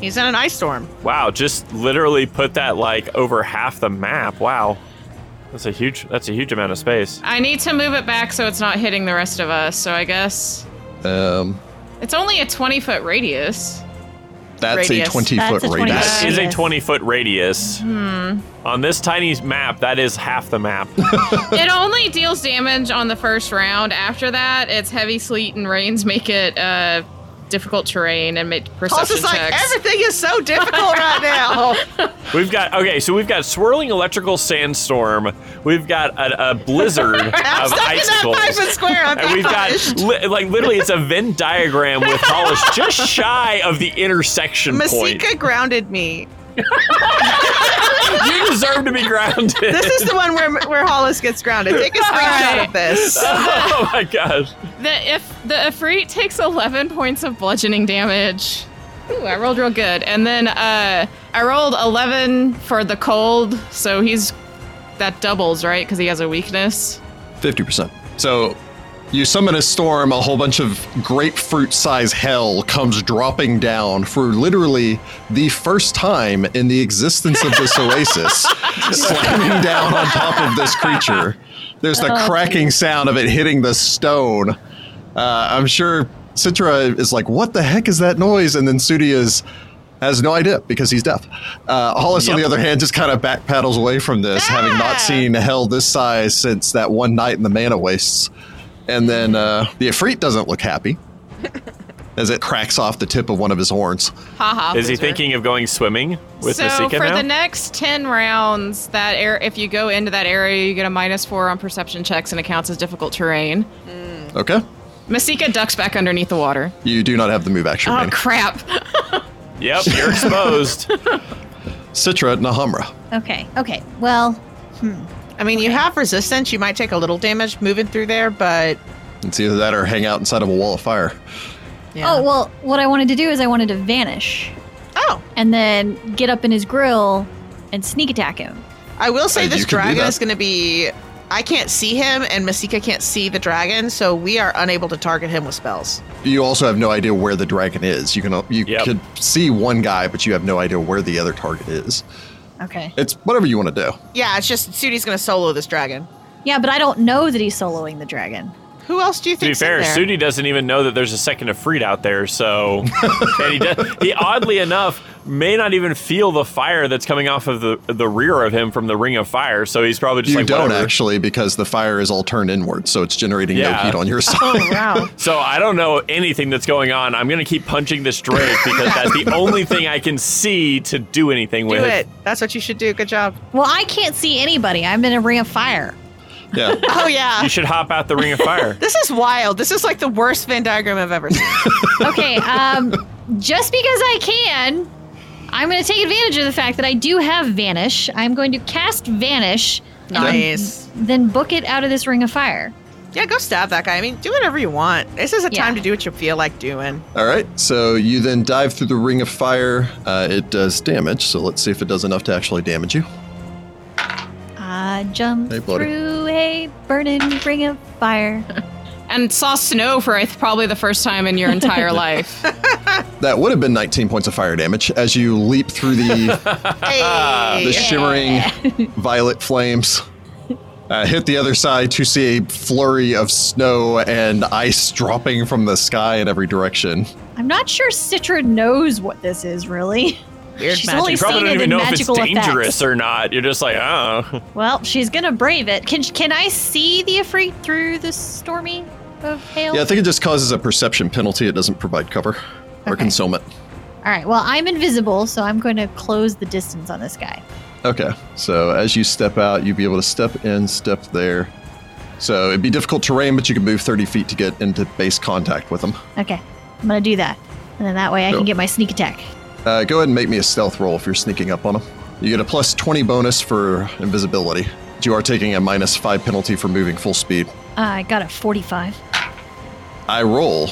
Speaker 3: He's in an ice storm.
Speaker 4: Wow, just literally put that like over half the map. Wow. That's a huge that's a huge amount of space.
Speaker 6: I need to move it back so it's not hitting the rest of us. So I guess
Speaker 1: Um,
Speaker 6: it's only a 20 foot radius.
Speaker 1: that's
Speaker 3: Radius.
Speaker 1: a 20 foot
Speaker 5: That's a 20
Speaker 1: radius.
Speaker 4: That is a
Speaker 2: Yes.
Speaker 4: 20 foot radius. On this tiny map, that is half the map.
Speaker 6: it only deals damage on the first round. After that, it's heavy sleet and rains make it uh, difficult terrain and make
Speaker 3: Paul's
Speaker 6: perception
Speaker 3: just like,
Speaker 6: checks.
Speaker 3: everything is so difficult right now.
Speaker 4: We've got okay, so we've got swirling electrical sandstorm. We've got a, a blizzard of
Speaker 3: I'm stuck in that
Speaker 4: icicles.
Speaker 3: five foot square. I'm
Speaker 4: And we've got li- like literally, it's a Venn diagram with Hollis just shy of the intersection
Speaker 3: Masika
Speaker 4: point.
Speaker 3: grounded me.
Speaker 4: You deserve to be grounded.
Speaker 3: This is the one where where Hollis gets grounded. Take a screenshot
Speaker 6: right.
Speaker 3: of this.
Speaker 4: oh my gosh!
Speaker 6: the if the Efreet takes 11 points of bludgeoning damage. Ooh, I rolled real good. And then uh, I rolled 11 for the cold, so he's that doubles, right? Because he has a weakness.
Speaker 1: 50%. So you summon a storm, a whole bunch of grapefruit size hell comes dropping down for literally the first time in the existence of this oasis, slamming down on top of this creature. There's the cracking sound of it hitting the stone. Uh, I'm sure Citra is like, what the heck is that noise? And then Sudi is. Has no idea because he's deaf. Uh, Hollis, on the other hand, just kind of backpedals away from this, having not seen hell this size since that one night in the Mana Wastes. And then uh, the Efreet doesn't look happy. as it cracks off the tip of one of his horns.
Speaker 6: Haha.
Speaker 4: Is he
Speaker 6: loser.
Speaker 4: thinking of going swimming with
Speaker 6: so
Speaker 4: Masika
Speaker 6: for
Speaker 4: now?
Speaker 6: the next 10 rounds that air if you go into that area you get a minus four on perception checks and it counts as difficult terrain
Speaker 1: Okay.
Speaker 6: masika ducks back underneath the water
Speaker 1: You do not have the move action.
Speaker 6: oh
Speaker 1: Manny.
Speaker 6: crap
Speaker 4: yep, you're exposed.
Speaker 1: Citra Nahamra.
Speaker 5: Okay. Okay. Well,
Speaker 3: I mean, you have resistance. You might take a little damage moving through there, but
Speaker 1: It's either that or hang out inside of a wall of fire.
Speaker 3: yeah.
Speaker 5: oh well. What I wanted to do is I wanted to vanish
Speaker 3: oh,
Speaker 5: and then get up in his grill and sneak attack him.
Speaker 3: I will say
Speaker 1: Uh, you
Speaker 3: this
Speaker 1: can do
Speaker 3: dragon
Speaker 1: that.
Speaker 3: is going to be. I can't see him, and Masika can't see the dragon, so we are unable to target him with spells.
Speaker 1: You also have no idea where the dragon is. You can you
Speaker 4: Yep.
Speaker 1: could see one guy, but you have no idea where the other target is.
Speaker 5: Okay.
Speaker 1: It's whatever you want to do.
Speaker 3: Yeah, it's just Sudi's going to solo this dragon.
Speaker 5: Yeah, but I don't know that he's soloing the dragon.
Speaker 3: Who else do you
Speaker 4: to
Speaker 3: think?
Speaker 4: be fair,
Speaker 3: there?
Speaker 4: Sudi doesn't even know that there's a second of Freed out there, so and he, does, he oddly enough may not even feel the fire that's coming off of the the rear of him from the ring of fire. So he's probably just
Speaker 1: you
Speaker 4: like
Speaker 1: don't
Speaker 4: whatever.
Speaker 1: actually because the fire is all turned inward, so it's generating no
Speaker 4: Yeah.
Speaker 1: heat on your side.
Speaker 3: Oh wow!
Speaker 4: So I don't know anything that's going on. I'm gonna keep punching this Drake because that's the only thing I can see to do anything
Speaker 3: do
Speaker 4: with.
Speaker 3: it. That's what you should do. Good job.
Speaker 5: Well, I can't see anybody. I'm in a ring of fire.
Speaker 1: yeah.
Speaker 3: Oh yeah.
Speaker 4: You should hop out the ring of fire.
Speaker 3: This is wild. This is like the worst Venn diagram I've ever seen.
Speaker 5: Okay. Um, just because I can, I'm going to take advantage of the fact that I do have vanish. I'm going to cast vanish,
Speaker 3: nice.
Speaker 5: then book it out of this ring of fire.
Speaker 3: Yeah, go stab that guy. I mean, do whatever you want. This is a
Speaker 5: Yeah.
Speaker 3: time to do what you feel like doing.
Speaker 1: All right. So you then dive through the ring of fire. Uh, it does damage. So let's see if it does enough to actually damage you.
Speaker 5: I jumped
Speaker 1: Hey, buddy.
Speaker 5: through a burning ring of fire.
Speaker 6: and saw snow for I th- probably the first time in your entire life
Speaker 1: That would have been 19 points of fire damage as you leap through the,
Speaker 3: Hey.
Speaker 1: the shimmering violet flames. Uh, hit the other side to see a flurry of snow and ice dropping from the sky in every direction.
Speaker 5: I'm not sure Citra knows what this is, really.
Speaker 3: Weird
Speaker 5: She's
Speaker 3: magic.
Speaker 5: only
Speaker 4: You probably
Speaker 5: seen
Speaker 4: don't
Speaker 5: it
Speaker 4: even
Speaker 5: in
Speaker 4: know if it's
Speaker 5: magical
Speaker 4: dangerous
Speaker 5: effects.
Speaker 4: or not. You're just like, oh.
Speaker 5: Well, she's gonna brave it. Can can I see the Ifrit through the stormy of hail?
Speaker 1: Yeah, I think it just causes a perception penalty. It doesn't provide cover or
Speaker 5: Okay.
Speaker 1: concealment.
Speaker 5: All right. Well, I'm invisible, so I'm going to close the distance on this guy.
Speaker 1: Okay. So as you step out, you'd be able to step in, step there. So it'd be difficult terrain, but you can move 30 feet to get into base contact with them.
Speaker 5: Okay, I'm gonna do that, and then that way I
Speaker 1: Cool.
Speaker 5: can get my sneak attack.
Speaker 1: Uh, go ahead and make me a stealth roll if you're sneaking up on them. You get a plus 20 bonus for invisibility. but You are taking a minus 5 penalty for moving full speed.
Speaker 5: I got a 45.
Speaker 1: I roll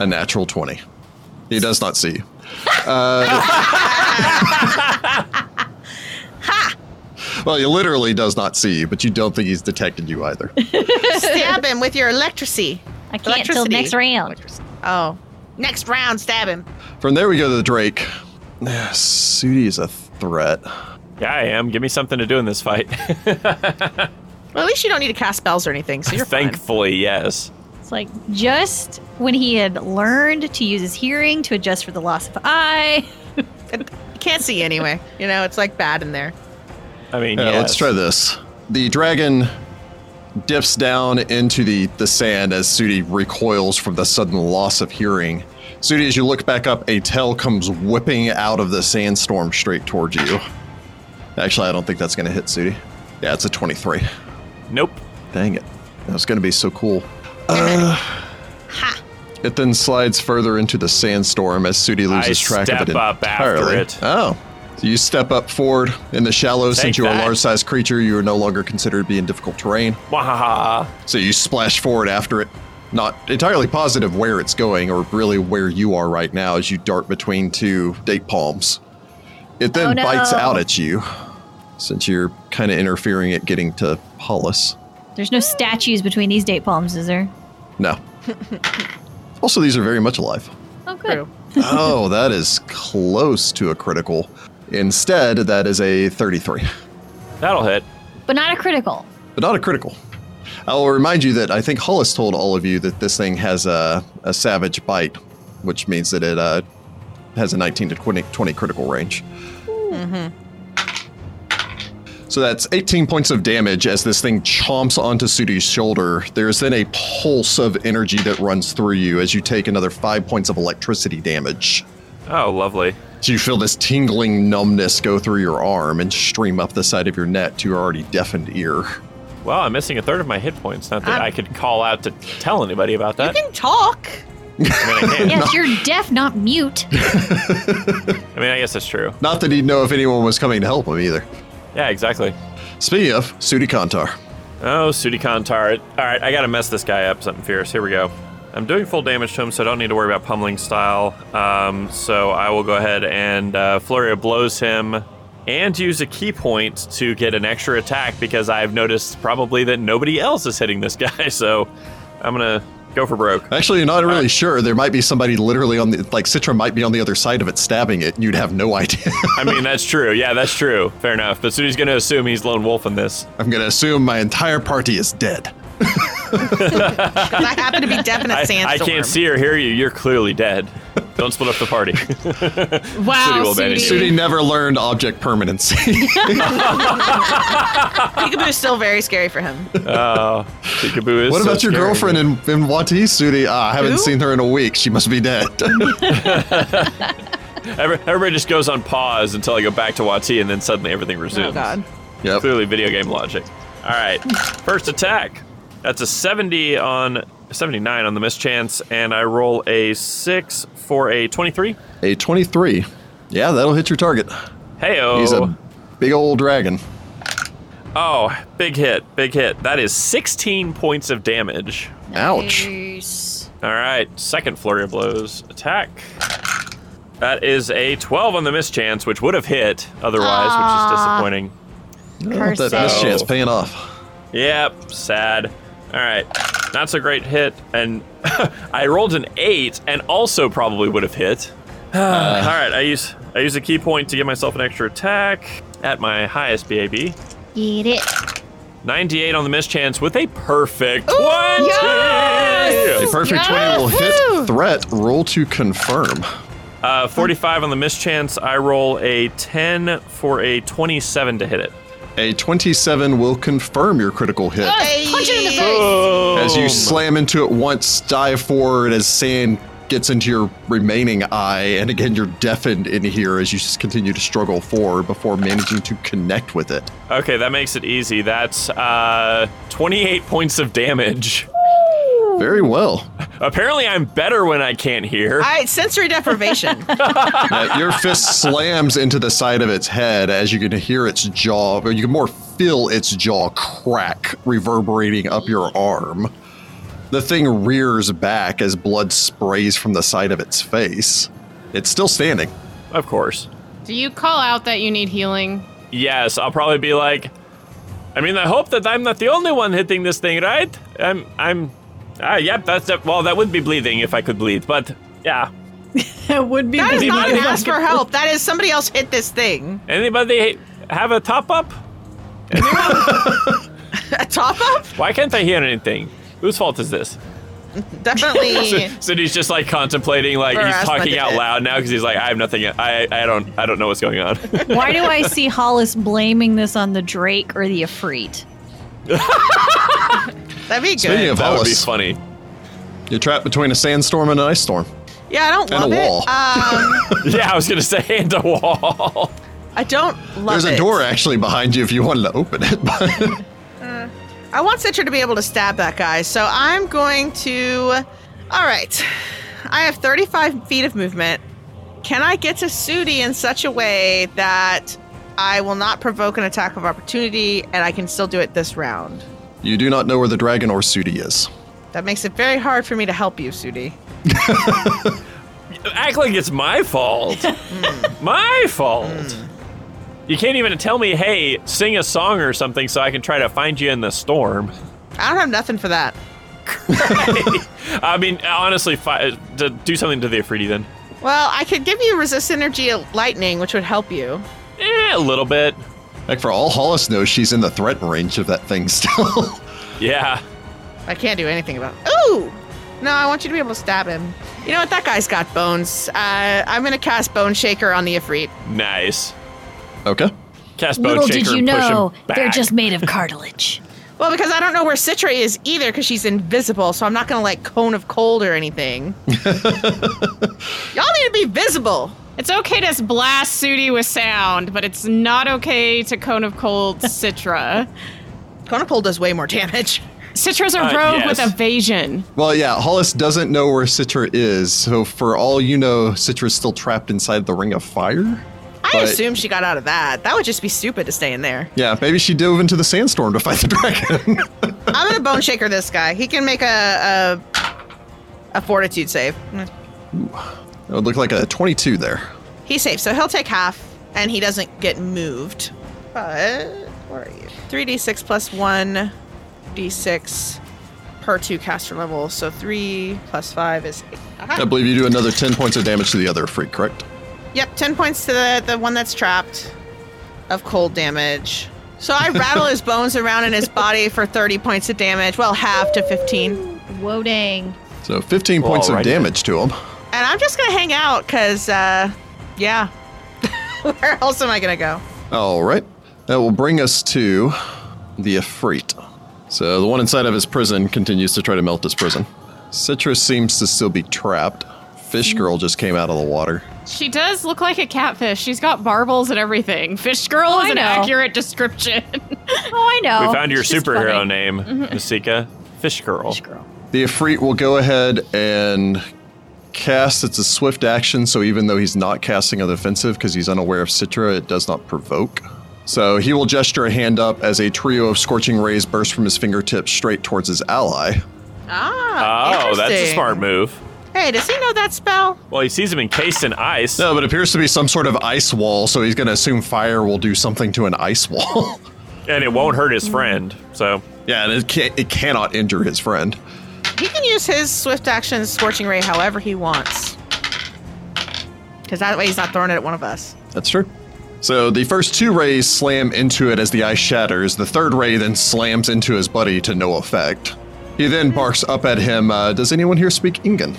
Speaker 1: a natural 20. He does not see you. Uh, well, he literally does not see you, but you don't think he's detected you either.
Speaker 3: stab him with your electricity.
Speaker 5: I can't till
Speaker 3: Electricity.
Speaker 5: next round.
Speaker 3: Oh. Next round, stab him.
Speaker 1: From there, we go to the Drake. Sudi is a threat.
Speaker 4: Yeah, I am. Give me something to do in this fight.
Speaker 3: Well, at least you don't need to cast spells or anything, so you're fine.
Speaker 4: Thankfully, yes.
Speaker 5: It's like just when he had learned to use his hearing to adjust for the loss of eye.
Speaker 3: And You can't see anyway. You know, it's like bad in there.
Speaker 4: I mean,
Speaker 1: Yeah,
Speaker 4: yes.
Speaker 1: let's try this. The dragon dips down into the, the sand as Sudi recoils from the sudden loss of hearing. Sudi, as you look back up, a tail comes whipping out of the sandstorm straight towards you. Actually, I don't think that's going to hit Sudi. Yeah, it's a 23.
Speaker 4: Nope.
Speaker 1: Dang it. That was going to be so cool. Uh, It then slides further into the sandstorm as Sudi
Speaker 4: I
Speaker 1: loses track of it
Speaker 4: step up after
Speaker 1: entirely.
Speaker 4: it.
Speaker 1: Oh. So you step up forward in the shallows.
Speaker 4: Take
Speaker 1: Since you are a
Speaker 4: that.
Speaker 1: large sized creature, you are no longer considered to be in difficult terrain.
Speaker 4: Wahaha.
Speaker 1: So you splash forward after it. Not entirely positive where it's going or really where you are right now as you dart between two date palms. It then
Speaker 5: Oh, no.
Speaker 1: bites out at you since you're kind of interfering at getting to Hollis.
Speaker 5: There's no statues between these date palms, is there?
Speaker 1: No. also, these are very much alive.
Speaker 5: Oh, good.
Speaker 3: True.
Speaker 1: oh, that is close to a critical. Instead, that is a 33,
Speaker 4: That'll hit.
Speaker 5: But not a critical.
Speaker 1: but not a critical. I will remind you that I think Hollis told all of you that this thing has a, a savage bite, which means that it uh, has a 19 to 20, 20 critical range. So that's 18 points of damage as this thing chomps onto Sudi's shoulder. There is then a pulse of energy that runs through you as you take another five points of electricity damage.
Speaker 4: Oh, lovely.
Speaker 1: So you feel this tingling numbness go through your arm and stream up the side of your neck to your already deafened ear.
Speaker 4: Well, I'm missing a third of my hit points. Not that
Speaker 3: Um,
Speaker 4: I could call out to tell anybody about
Speaker 3: You
Speaker 4: that.
Speaker 3: can talk.
Speaker 4: I, mean, I, can't.
Speaker 5: Yes, you're deaf, not mute.
Speaker 4: I mean, I guess that's true.
Speaker 1: Not that he'd know if anyone was coming to help him either.
Speaker 4: Yeah, exactly.
Speaker 1: Speaking of, Sudi Kantar.
Speaker 4: Oh, Sudikan Tart. All right, I gotta mess this guy up something fierce. Here we go. I'm doing full damage to him, so I don't need to worry about pummeling style. Um, so I will go ahead and uh, flurry of blows him, and use a key point to get an extra attack because I've noticed probably that nobody else is hitting this guy. So I'm gonna go for broke.
Speaker 1: Actually, you're not really sure. There might be somebody literally on the, like Citra might be on the other side of it stabbing it. You'd have no idea.
Speaker 4: I mean, that's true. Yeah, that's true. Fair enough. But Sudi's gonna assume he's lone wolf in this.
Speaker 1: I'm going to assume my entire party is dead.
Speaker 3: Because I happen to be deaf in a
Speaker 4: I,
Speaker 3: sandstorm.
Speaker 4: I can't see or hear you. You're clearly dead. Don't split up the party. Sudi
Speaker 6: Wow,
Speaker 4: will manage
Speaker 6: Sudi.
Speaker 4: it.
Speaker 1: Sudi never learned object permanency.
Speaker 3: Peekaboo is still very scary for him.
Speaker 4: Oh, Peekaboo is.
Speaker 1: what
Speaker 4: so
Speaker 1: about your
Speaker 4: scary.
Speaker 1: girlfriend in, in Wati, Sudi? Ah, I haven't
Speaker 3: Who?
Speaker 1: seen her in a week. She must be dead.
Speaker 4: Every- Everybody just goes on pause until I go back to Wati, and then suddenly everything resumes.
Speaker 3: Oh God.
Speaker 1: yep.
Speaker 4: Clearly, video game logic. All right, first attack. That's a 70 on 79 on the mischance, and I roll a six for a 23.
Speaker 1: A 23. Yeah, that'll hit your target.
Speaker 4: Heyo.
Speaker 1: He's a big old dragon.
Speaker 4: oh, big hit, big hit. That is 16 points of damage.
Speaker 1: Ouch.
Speaker 5: Nice.
Speaker 4: All right, second flurry of blows attack. That is a 12 on the mischance, which would have hit otherwise, which is
Speaker 5: Aw.
Speaker 4: disappointing.
Speaker 1: Not that
Speaker 5: Curses.
Speaker 1: mischance paying off.
Speaker 4: Yep, sad. All right, not so great hit, and I rolled an eight, and also probably would have hit. All right, I use I use a key point to give myself an extra attack at my highest BAB.
Speaker 5: Get it.
Speaker 4: 98 on the mischance with a perfect 20!
Speaker 1: A perfect 20 will hit threat. Roll to confirm.
Speaker 4: Uh, 45 on the mischance, I roll a 10 for a 27 to hit it.
Speaker 1: A 27 will confirm your critical hit.
Speaker 5: Punch it in the
Speaker 3: Hey.
Speaker 5: face.
Speaker 1: As you
Speaker 4: Boom.
Speaker 1: slam into it once, dive forward as sand gets into your remaining eye, and again, you're deafened in here as you just continue to struggle forward before managing to connect with it.
Speaker 4: Okay, that makes it easy. That's uh, 28 points of damage.
Speaker 1: Very well.
Speaker 4: Apparently, I'm better when I can't hear.
Speaker 3: All right, sensory deprivation.
Speaker 1: Now, your fist slams into the side of its head as you can hear its jaw, or you can more feel its jaw crack reverberating up your arm. The thing rears back as blood sprays from the side of its face. It's still standing.
Speaker 4: Of course.
Speaker 6: Do you call out that you need healing?
Speaker 4: Yes, I'll probably be like, I mean, I hope that I'm not the only one hitting this thing, right? I'm, I'm, ah, yep, that's, that, well, that would be bleeding if I could bleed, but yeah.
Speaker 2: That would be
Speaker 3: That is
Speaker 2: big.
Speaker 3: not an ask for help. That is somebody else hit this thing.
Speaker 4: Anybody have a top up?
Speaker 3: A top up?
Speaker 4: Why can't I hear anything? Whose fault is this?
Speaker 3: Definitely.
Speaker 4: So he's just like contemplating, like
Speaker 3: Or
Speaker 4: he's
Speaker 3: ask my
Speaker 4: talking out
Speaker 3: dad.
Speaker 4: loud now because he's like, I have nothing, I, I don't, I don't know what's going on.
Speaker 2: Why do I see Hollis blaming this on the Drake or the Afreet?
Speaker 3: That'd be
Speaker 1: Speaking
Speaker 3: good.
Speaker 1: of
Speaker 4: that would be
Speaker 1: Hollis,
Speaker 4: funny.
Speaker 1: you're trapped between a sandstorm and an ice storm.
Speaker 3: Yeah, I don't
Speaker 1: And a
Speaker 3: love
Speaker 1: wall.
Speaker 3: it. Um,
Speaker 4: Yeah, I was gonna say and a wall.
Speaker 3: I don't love
Speaker 1: There's
Speaker 3: it.
Speaker 1: a door actually behind you if you wanted to open it. But
Speaker 3: I want Citra to be able to stab that guy, so I'm going to. All right. I have 35 feet of movement. Can I get to Sudi in such a way that I will not provoke an attack of opportunity and I can still do it this round?
Speaker 1: you do not know where the dragon or Sudi is.
Speaker 3: That makes it very hard for me to help you, Sudi.
Speaker 4: Act like it's my fault.
Speaker 5: Hmm.
Speaker 4: my fault. You can't even tell me, hey, sing a song or something so I can try to find you in the storm.
Speaker 3: I don't have nothing for that.
Speaker 4: I mean, honestly, fi- d- do something to the Afridi then.
Speaker 3: Well, I could give you resist energy lightning, which would help you.
Speaker 4: Eh, a little bit.
Speaker 1: Like for all Hollis knows, she's in the threat range of that thing still.
Speaker 4: Yeah.
Speaker 3: I can't do anything about Ooh! No, I want you to be able to stab him. You know what? That guy's got bones. Uh, I'm going to cast Bone Shaker on the Ifrit.
Speaker 4: Nice.
Speaker 1: okay.
Speaker 4: Cast bow
Speaker 5: Little
Speaker 4: shaker
Speaker 5: did you
Speaker 4: and push him
Speaker 5: know, they're
Speaker 4: back.
Speaker 5: just made of cartilage.
Speaker 3: Well, because I don't know where Citra is either, because she's invisible, so I'm not gonna like cone of cold or anything. Y'all need to be visible.
Speaker 6: It's okay to blast Sudi with sound, but it's not okay to Cone of Cold Citra.
Speaker 3: Cone of cold does way more damage.
Speaker 6: Citra's a
Speaker 4: Uh,
Speaker 6: rogue with
Speaker 4: yes.
Speaker 6: evasion.
Speaker 1: Well, yeah, Hollis doesn't know where Citra is, so for all you know, Citra's still trapped inside the Ring of Fire.
Speaker 3: I
Speaker 1: But-
Speaker 3: assume she got out of that. That would just be stupid to stay in there.
Speaker 1: Yeah, maybe she dove into the sandstorm to fight the dragon.
Speaker 3: I'm gonna bone shaker this guy. He can make a a, a fortitude save.
Speaker 1: it would look like a 22 there.
Speaker 3: He's safe, so he'll take half, and he doesn't get moved. But where are you? Three d six plus one d six per two caster level. So three plus five is. Eight.
Speaker 1: I
Speaker 3: Aha.
Speaker 1: believe you do another 10 points of damage to the other freak, correct?
Speaker 3: Yep, ten points to the the one that's trapped of cold damage. So I rattle his bones around in his body for thirty points of damage. Well, half to fifteen.
Speaker 5: Whoa, dang.
Speaker 1: So 15
Speaker 4: Well,
Speaker 1: points of
Speaker 4: alrighty.
Speaker 1: damage to him.
Speaker 3: And I'm just gonna hang out because, uh, yeah. Where else am I gonna go?
Speaker 1: All right. That will bring us to the Efreet. So the one inside of his prison continues to try to melt his prison. Citrus seems to still be trapped. Fish
Speaker 3: Hmm.
Speaker 1: girl just came out of the water.
Speaker 6: She does look like a catfish. She's got barbels and everything. Fish Girl
Speaker 5: Oh,
Speaker 6: is
Speaker 5: I
Speaker 6: an
Speaker 5: know.
Speaker 6: accurate description.
Speaker 5: Oh, I know.
Speaker 4: We found your
Speaker 5: It's just
Speaker 4: superhero
Speaker 5: funny. Mm-hmm.
Speaker 4: name, Masika. Fish girl.
Speaker 5: Fish girl.
Speaker 1: The Efreet will go ahead and cast. It's a swift action, so even though he's not casting on the offensive because he's unaware of Citra, it does not provoke. So he will gesture a hand up as a trio of scorching rays burst from his fingertips straight towards his ally.
Speaker 3: Ah,
Speaker 4: Oh, that's a
Speaker 3: interesting.
Speaker 4: smart move.
Speaker 3: Hey, does he know that spell?
Speaker 4: Well, he sees him encased in ice.
Speaker 1: No, but it appears to be some sort of ice wall, so he's going to assume fire will do something to an ice wall.
Speaker 4: and it won't hurt
Speaker 5: Mm.
Speaker 4: his friend. So
Speaker 1: yeah, and it can't, it cannot injure his friend.
Speaker 3: He can use his swift action scorching ray however he wants. Because that way he's not throwing it at one of us.
Speaker 1: That's true. So the first two rays slam into it as the ice shatters. The third ray then slams into his buddy to no effect. He then barks up at him. Uh, Does anyone here speak Ingan?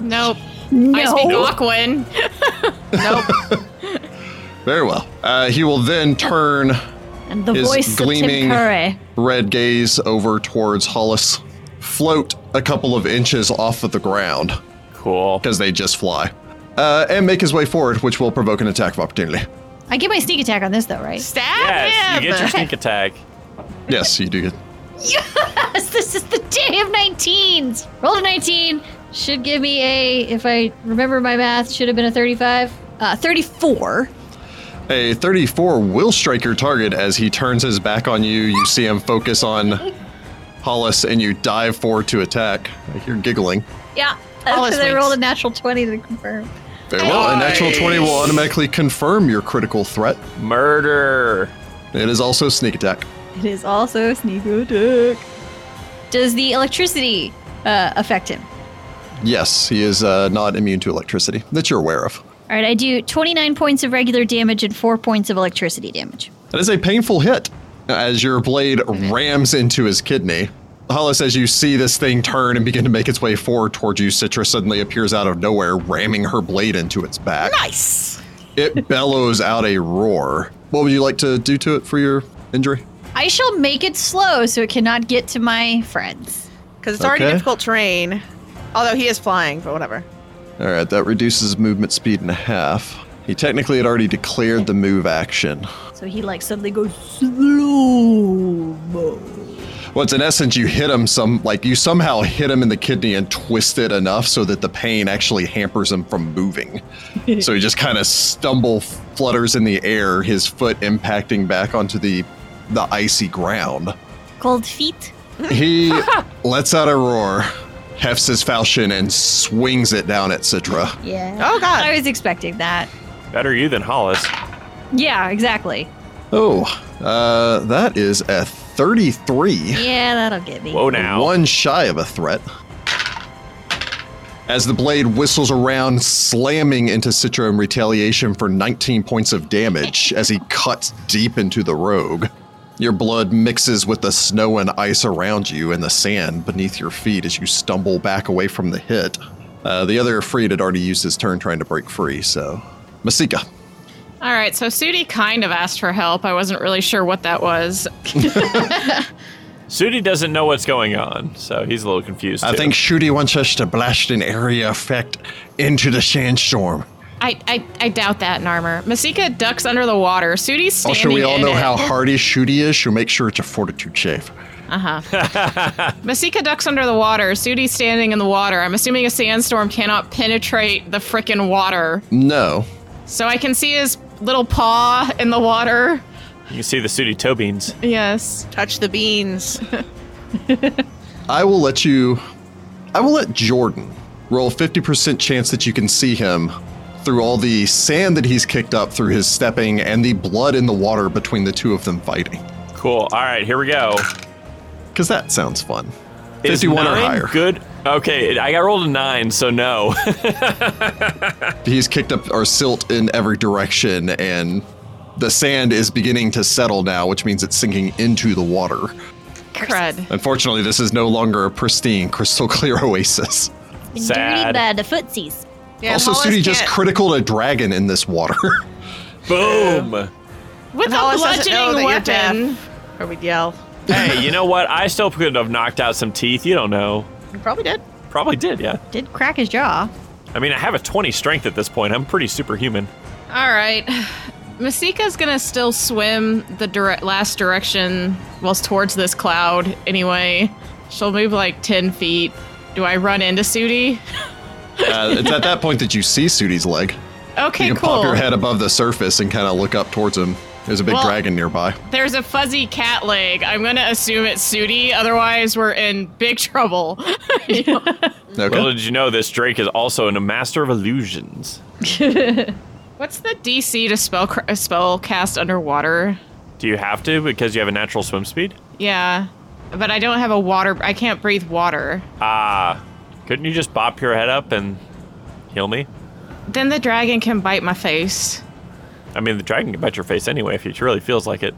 Speaker 6: nope. I
Speaker 5: No.
Speaker 6: speak Aquan.
Speaker 1: Very well. Uh, he will then turn
Speaker 5: And the
Speaker 1: his
Speaker 5: voice
Speaker 1: gleaming
Speaker 5: of Tim Curry.
Speaker 1: red gaze over towards Hollis, float a couple of inches off of the ground
Speaker 4: cool.
Speaker 1: because they just fly, uh, and make his way forward, which will provoke an attack of opportunity.
Speaker 5: I get my sneak attack on this, though, right?
Speaker 3: Stab
Speaker 4: Yes,
Speaker 3: him!
Speaker 4: you get your sneak attack.
Speaker 1: Yes, you do. get-
Speaker 5: Yes, this is the day of 19s. Rolled a 19. Should give me a, if I remember my math, should have been a 35. Uh, 34.
Speaker 1: A 34 will strike your target as he turns his back on you. You see him focus on Hollis and you dive forward to attack. I hear giggling.
Speaker 5: Yeah.
Speaker 6: All his
Speaker 5: Because I
Speaker 6: wings.
Speaker 5: rolled a natural 20 to confirm.
Speaker 1: Very well. An natural 20 will automatically confirm your critical threat.
Speaker 4: Murder.
Speaker 1: It is also sneak attack.
Speaker 5: It is also a sneak attack. Does the electricity uh, affect him?
Speaker 1: Yes, he is uh, not immune to electricity that you're aware of.
Speaker 5: All right, I do 29 points of regular damage and 4 points of electricity damage.
Speaker 1: That is a painful hit as your blade rams into his kidney. Hollis, as you see this thing turn and begin to make its way forward towards you, Citra suddenly appears out of nowhere, ramming her blade into its back.
Speaker 3: Nice!
Speaker 1: It bellows out a roar. What would you like to do to it for your injury?
Speaker 5: I shall make it slow so it cannot get to my friends.
Speaker 3: Because it's already
Speaker 1: Okay.
Speaker 3: difficult terrain. Although he is flying, but whatever.
Speaker 1: All right, that reduces movement speed in half. He technically had already declared the move action.
Speaker 5: So he like suddenly goes slow.
Speaker 1: Well, it's in essence, you hit him some, like you somehow hit him in the kidney and twist it enough so that the pain actually hampers him from moving. so he just kind of stumble, flutters in the air, his foot impacting back onto the the icy ground.
Speaker 5: Cold feet.
Speaker 1: He lets out a roar, hefts his falchion, and swings it down at Citra.
Speaker 5: Yeah.
Speaker 3: Oh, God.
Speaker 5: I was expecting that.
Speaker 4: Better you than Hollis.
Speaker 5: Yeah, exactly.
Speaker 1: Oh, uh, that is a 33.
Speaker 5: Yeah, that'll get me.
Speaker 4: Whoa now.
Speaker 1: One shy of a threat. As the blade whistles around, slamming into Citra in retaliation for 19 points of damage as he cuts deep into the rogue. Your blood mixes with the snow and ice around you and the sand beneath your feet as you stumble back away from the hit. Uh, the other Freed had already used his turn trying to break free, so. Masika.
Speaker 6: All right, so Sudi kind of asked for help. I wasn't really sure what that was.
Speaker 4: Sudi doesn't know what's going on, so he's a little confused.
Speaker 1: I
Speaker 4: too.
Speaker 1: think Shooty wants us to blast an area effect into the sandstorm.
Speaker 6: I, I, I doubt that in armor. Masika ducks under the water. Sudi's standing
Speaker 1: Also, Oh, we all
Speaker 6: in
Speaker 1: know
Speaker 6: it.
Speaker 1: how hardy Shooty is. She'll make sure it's a fortitude save.
Speaker 6: Masika ducks under the water. Sudi's standing in the water. I'm assuming a sandstorm cannot penetrate the frickin' water.
Speaker 1: No.
Speaker 6: So I can see his little paw in the water.
Speaker 4: you can see the Sudi toe beans.
Speaker 6: Yes.
Speaker 3: Touch the beans.
Speaker 1: I will let you. I will let Jordan roll 50% chance that you can see him through all the sand that he's kicked up through his stepping and the blood in the water between the two of them fighting.
Speaker 4: Cool. All right, here we go.
Speaker 1: Because that sounds fun.
Speaker 4: Is
Speaker 1: 51 or
Speaker 4: nine
Speaker 1: higher.
Speaker 4: Good. Okay, I got rolled a nine, so no.
Speaker 1: He's kicked up our silt in every direction, and the sand is beginning to settle now, which means it's sinking into the water.
Speaker 6: Crud.
Speaker 1: Unfortunately, this is no longer a pristine, crystal clear oasis.
Speaker 4: Sad.
Speaker 5: Dirty by the footsies.
Speaker 3: Yeah,
Speaker 1: also,
Speaker 3: Hollis
Speaker 1: Sudi just
Speaker 3: can't-
Speaker 1: critical a dragon in this water.
Speaker 4: Boom.
Speaker 6: With a
Speaker 3: Hollis doesn't know
Speaker 6: bludgeoning
Speaker 3: that you're
Speaker 6: weapon.
Speaker 3: deaf. Or we'd yell.
Speaker 4: hey, you know what? I still could have knocked out some teeth. You don't know.
Speaker 3: You probably did.
Speaker 4: Probably did, yeah.
Speaker 5: Did crack his jaw.
Speaker 4: I mean, I have a 20 strength at this point. I'm pretty superhuman.
Speaker 6: All right. Masika's gonna still swim the dire- last direction, well, it's towards this cloud anyway. She'll move like 10 feet. Do I run into Sudi?
Speaker 1: Uh, it's at that point that you see Sudi's leg.
Speaker 6: Okay,
Speaker 1: you can
Speaker 6: cool.
Speaker 1: pop your head above the surface and kind of look up towards him. There's a big
Speaker 6: Well-
Speaker 1: dragon nearby.
Speaker 6: There's a fuzzy cat leg. I'm gonna assume it's Sudi, otherwise, we're in big trouble.
Speaker 1: Okay.
Speaker 4: Little did you know this Drake is also a master of illusions.
Speaker 6: What's the DC to spell, cr- uh, spell cast underwater?
Speaker 4: Do you have to because you have a natural swim speed?
Speaker 6: Yeah, but I don't have a water. I can't breathe water.
Speaker 4: Ah, couldn't you just bop your head up and heal me?
Speaker 6: Then the dragon can bite my face.
Speaker 4: I mean, the dragon can bite your face anyway if it really feels like it.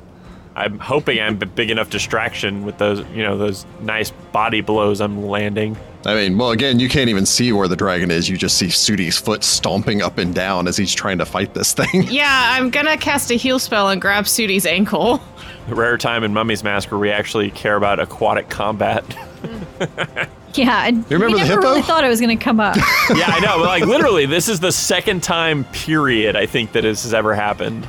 Speaker 4: I'm hoping I'm a big enough distraction with those, you know, those nice body blows I'm landing.
Speaker 1: I mean, well, again, you can't even see where the dragon is. You just see Sudi's foot stomping up and down as he's trying to fight this thing.
Speaker 6: Yeah, I'm gonna cast a heal spell and grab Sudi's ankle.
Speaker 4: The rare time in Mummy's Mask where we actually care about aquatic combat.
Speaker 5: Yeah, and
Speaker 1: You remember
Speaker 5: we
Speaker 1: the
Speaker 5: never really
Speaker 1: hippo?
Speaker 5: thought it was gonna come up.
Speaker 4: yeah, I know. but, Like literally, this is the second time period I think that this has ever happened.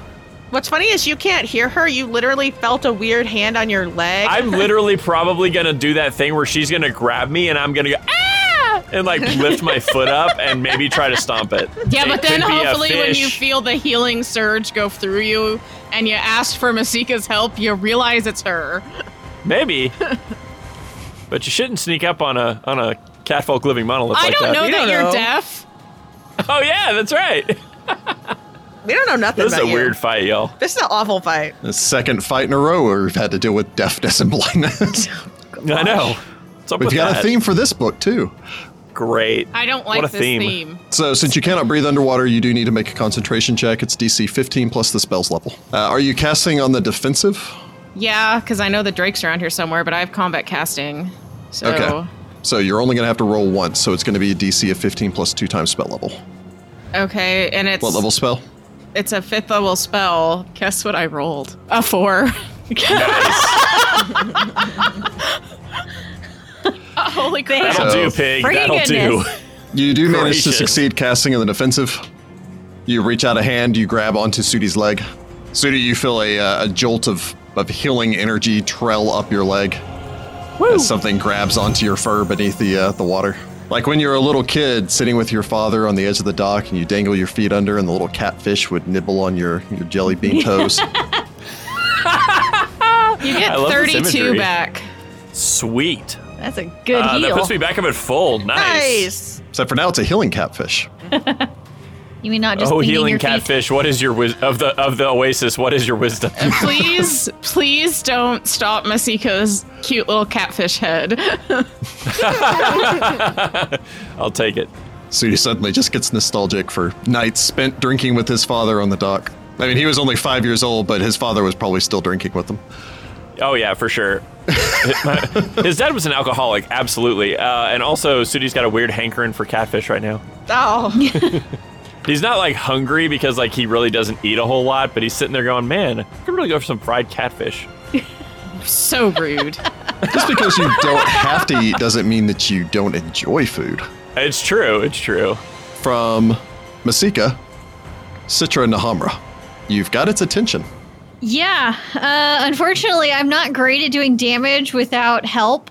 Speaker 3: What's funny is you can't hear her. You literally felt a weird hand on your leg.
Speaker 4: I'm literally probably gonna do that thing where she's gonna grab me and I'm gonna go ah and like lift my foot up and maybe try to stomp it.
Speaker 6: Yeah,
Speaker 4: It
Speaker 6: but then
Speaker 4: could be a
Speaker 6: hopefully when you
Speaker 4: fish.
Speaker 6: feel the healing surge go through you and you ask for Masika's help, you realize it's her.
Speaker 4: maybe. But you shouldn't sneak up on a on a catfolk living monolith
Speaker 6: I
Speaker 4: like
Speaker 6: don't
Speaker 4: that.
Speaker 6: know
Speaker 3: You
Speaker 6: that
Speaker 3: don't
Speaker 6: you're
Speaker 3: know.
Speaker 6: deaf.
Speaker 4: Oh yeah, that's right.
Speaker 3: we don't know nothing
Speaker 4: This is
Speaker 3: about
Speaker 4: a
Speaker 3: you.
Speaker 4: weird fight, y'all.
Speaker 3: This is an awful fight.
Speaker 1: The second fight in a row where we've had to deal with deafness and blindness.
Speaker 4: I know. What's up
Speaker 1: We've
Speaker 4: with
Speaker 1: got a
Speaker 4: that?
Speaker 1: theme for this book, too.
Speaker 4: Great.
Speaker 6: I don't
Speaker 4: What
Speaker 6: like
Speaker 4: a
Speaker 6: this
Speaker 4: theme.
Speaker 6: theme.
Speaker 1: So, since you cannot breathe underwater, you do need to make a concentration check. It's DC 15 plus the spell's level. Uh, are you casting on the defensive?
Speaker 6: Yeah, because I know the Drake's around here somewhere, but I have combat casting. So
Speaker 1: Okay. So, you're only going to have to roll once. So, it's going to be a DC of 15 plus two times spell level.
Speaker 6: Okay, and it's
Speaker 1: What level spell?
Speaker 6: it's a fifth level spell. Guess what I rolled? A four. Holy crap.
Speaker 4: That'll
Speaker 1: So-
Speaker 4: do, pig.
Speaker 5: Freaking
Speaker 4: That'll do.
Speaker 5: goodness.
Speaker 1: You do manage to
Speaker 4: Gracious.
Speaker 1: succeed casting in the defensive. You reach out a hand, you grab onto Sudi's leg. Sudi, you feel a, uh, a jolt of, of healing energy trail up your leg as something grabs onto your fur beneath the, uh, the water. Like when you're a little kid sitting with your father on the edge of the dock and you dangle your feet under and the little catfish would nibble on your, your jelly bean toes.
Speaker 6: You get
Speaker 4: I love this
Speaker 6: 32
Speaker 4: imagery.
Speaker 6: back.
Speaker 4: Sweet.
Speaker 5: That's a good
Speaker 4: Uh, that
Speaker 5: heal.
Speaker 4: puts me back up at full. Nice.
Speaker 3: Nice.
Speaker 1: Except for now it's a healing catfish.
Speaker 5: you mean not just
Speaker 4: Oh,
Speaker 5: thinking
Speaker 4: healing
Speaker 5: your feet-
Speaker 4: catfish. What is your wis- of the of the oasis? What is your wisdom?
Speaker 6: Please, please don't stop Masiko's cute little catfish head.
Speaker 4: I'll take it.
Speaker 1: Sudi suddenly just gets nostalgic for nights spent drinking with his father on the dock. I mean, he was only five years old, but his father was probably still drinking with him.
Speaker 4: Oh yeah, for sure. His dad was an alcoholic, absolutely, uh, and also Sudi's got a weird hankering for catfish right now.
Speaker 3: Oh.
Speaker 4: He's not like hungry because like he really doesn't eat a whole lot, but he's sitting there going, "Man, I could really go for some fried catfish."
Speaker 6: So rude.
Speaker 1: Just because you don't have to eat doesn't mean that you don't enjoy food.
Speaker 4: It's true. It's true.
Speaker 1: From Masika, Citra Nahamra, you've got its attention.
Speaker 5: Yeah. Uh, unfortunately, I'm not great at doing damage without help.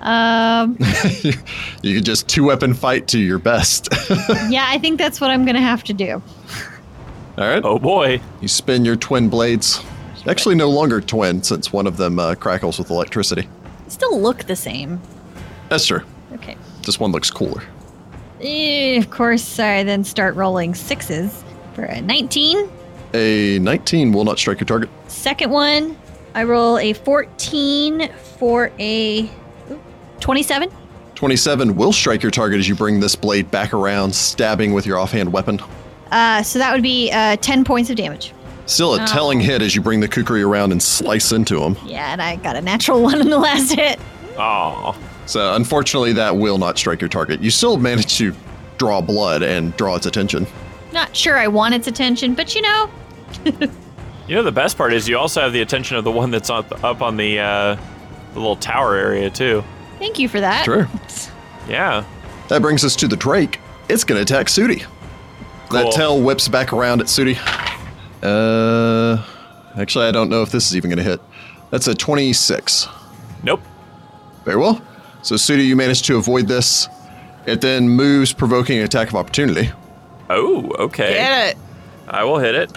Speaker 5: um,
Speaker 1: you can just two weapon fight to your best.
Speaker 5: yeah, I think that's what I'm going to have to do.
Speaker 1: All right.
Speaker 4: Oh boy.
Speaker 1: You spin your twin blades. Actually, no longer twin since one of them uh, crackles with electricity.
Speaker 5: They still look the same.
Speaker 1: That's true.
Speaker 5: Okay.
Speaker 1: This one looks cooler.
Speaker 5: Eh, of course, I then start rolling sixes for a 19.
Speaker 1: A 19 will not strike your target.
Speaker 5: Second one, I roll a 14 for a oop, 27.
Speaker 1: 27 will strike your target as you bring this blade back around, stabbing with your offhand weapon.
Speaker 5: Uh, so that would be uh, 10 points of damage.
Speaker 1: Still a telling hit as you bring the kukri around and slice into him.
Speaker 5: Yeah, and I got a natural one in the last hit.
Speaker 4: Oh,
Speaker 1: So, unfortunately, that will not strike your target. You still manage to draw blood and draw its attention.
Speaker 5: Not sure I want its attention, but you know,
Speaker 4: you know the best part is you also have the attention of the one that's up up on the uh, the little tower area too.
Speaker 5: thank you for that.
Speaker 1: Sure.
Speaker 4: Yeah.
Speaker 1: That brings us to the Drake. It's going to attack Sudi.
Speaker 4: Cool.
Speaker 1: That tail whips back around at Sudi. Uh, actually, I don't know if this is even going to hit. That's a 26.
Speaker 4: Nope.
Speaker 1: Very well. So, Sudi, you manage to avoid this. It then moves, provoking an attack of opportunity.
Speaker 4: Oh, okay.
Speaker 3: Get it.
Speaker 4: I will hit it.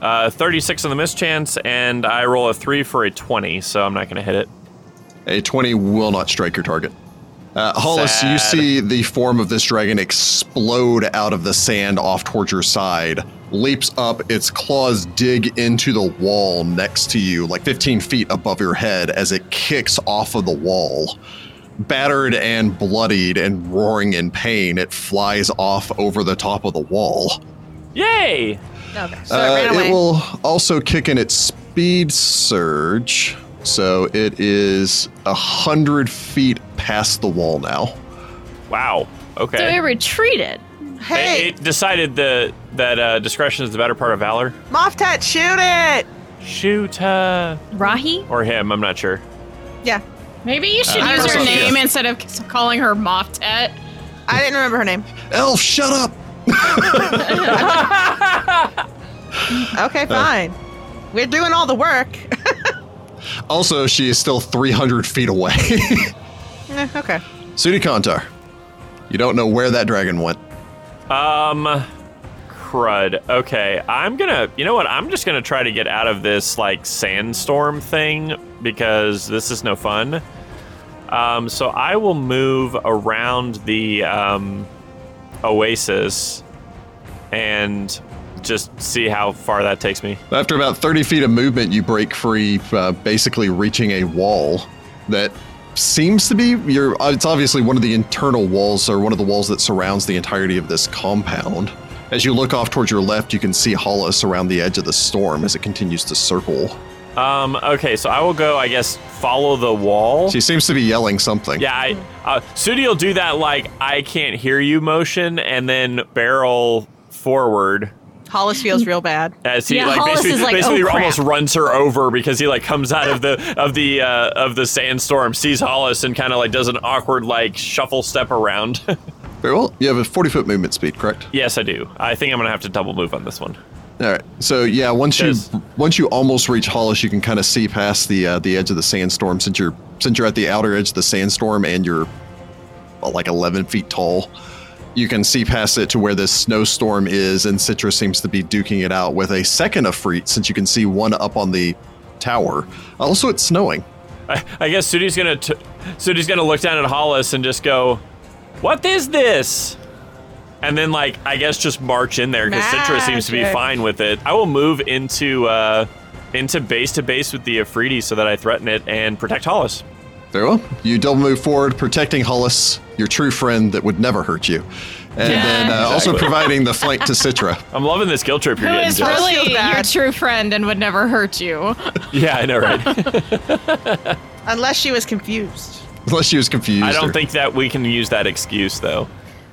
Speaker 4: Uh, 36 on the miss chance, and I roll a 3 for a 20, so I'm not going to hit it.
Speaker 1: A 20 will not strike your target. Uh, Hollis, you
Speaker 4: Sad.
Speaker 1: see the form of this dragon explode out of the sand off towards your side, leaps up, its claws dig into the wall next to you, like 15 feet above your head, as it kicks off of the wall. Battered and bloodied and roaring in pain, it flies off over the top of the wall.
Speaker 4: Yay!
Speaker 3: Okay. So
Speaker 1: Uh,
Speaker 3: it ran away.
Speaker 1: it will also kick in its speed surge. So it is a hundred feet past the wall now.
Speaker 4: Wow. Okay.
Speaker 5: So it retreated.
Speaker 4: It-
Speaker 3: hey,
Speaker 4: It decided the, that uh, discretion is the better part of valor.
Speaker 3: Moftat, shoot it.
Speaker 4: Shoot her.
Speaker 5: Rahi?
Speaker 4: Or him, I'm not sure.
Speaker 3: Yeah.
Speaker 6: Maybe you should
Speaker 1: Uh,
Speaker 6: use her
Speaker 1: Rosalia.
Speaker 6: name instead of c- calling her Moftet.
Speaker 3: I didn't remember her name.
Speaker 1: Elf, shut up!
Speaker 3: Okay, fine. We're doing all the work.
Speaker 1: Also, she is still 300 feet away.
Speaker 3: Eh, okay.
Speaker 1: Sudi Kantar, you don't know where that dragon went.
Speaker 4: Um, crud. Okay, I'm gonna. You know what? I'm just gonna try to get out of this like sandstorm thing because this is no fun. Um, so I will move around the um, oasis and just see how far that takes me.
Speaker 1: After about 30 feet of movement, you break free, uh, basically reaching a wall that seems to be your. uh, It's obviously one of the internal walls, or one of the walls that surrounds the entirety of this compound. As you look off towards your left, you can see Hollis around the edge of the storm as it continues to circle.
Speaker 4: Um, okay, so I will go. I guess follow the wall.
Speaker 1: She seems to be yelling something.
Speaker 4: Yeah, I, uh, Sudi will do that like I can't hear you motion, and then barrel forward.
Speaker 3: Hollis feels real bad.
Speaker 4: As he
Speaker 5: Yeah,
Speaker 4: like
Speaker 5: Hollis
Speaker 4: basically,
Speaker 5: is like,
Speaker 4: basically
Speaker 5: "Oh, crap."
Speaker 4: almost runs her over because he like comes out of the of the uh, of the sandstorm, sees Hollis, and kind of like does an awkward like shuffle step around.
Speaker 1: Very well. You have a 40 foot movement speed, correct?
Speaker 4: yes, I do. I think I'm gonna have to double move on this one.
Speaker 1: All right. So yeah, once you
Speaker 4: Yes.
Speaker 1: once you almost reach Hollis, you can kind of see past the uh, the edge of the sandstorm since you're since you're at the outer edge of the sandstorm and you're well, like 11 feet tall. You can see past it to where this snowstorm is, and Citra seems to be duking it out with a second Afreet since you can see one up on the tower. Also, it's snowing.
Speaker 4: I, I guess Sudi's gonna t- Sudi's gonna look down at Hollis and just go, "What is this?" And then like I guess just march in there because Citra seems to be
Speaker 3: Magic.
Speaker 4: fine with it. I will move into uh, into base to base with the Afridi so that I threaten it and protect Hollis.
Speaker 1: Very well. You double move forward, protecting Hollis, your true friend that would never hurt you, and then uh, also
Speaker 4: Exactly.
Speaker 1: providing the flank to Citra.
Speaker 4: I'm loving this guilt trip you're
Speaker 6: Who
Speaker 4: getting.
Speaker 6: is
Speaker 4: Jess.
Speaker 3: jealous. I
Speaker 6: really
Speaker 3: feel bad.
Speaker 6: your true friend and would never hurt you.
Speaker 4: Yeah, I know, right?
Speaker 3: Unless she was confused.
Speaker 1: Unless she was confused.
Speaker 4: I don't
Speaker 1: or-
Speaker 4: think that we can use that excuse though.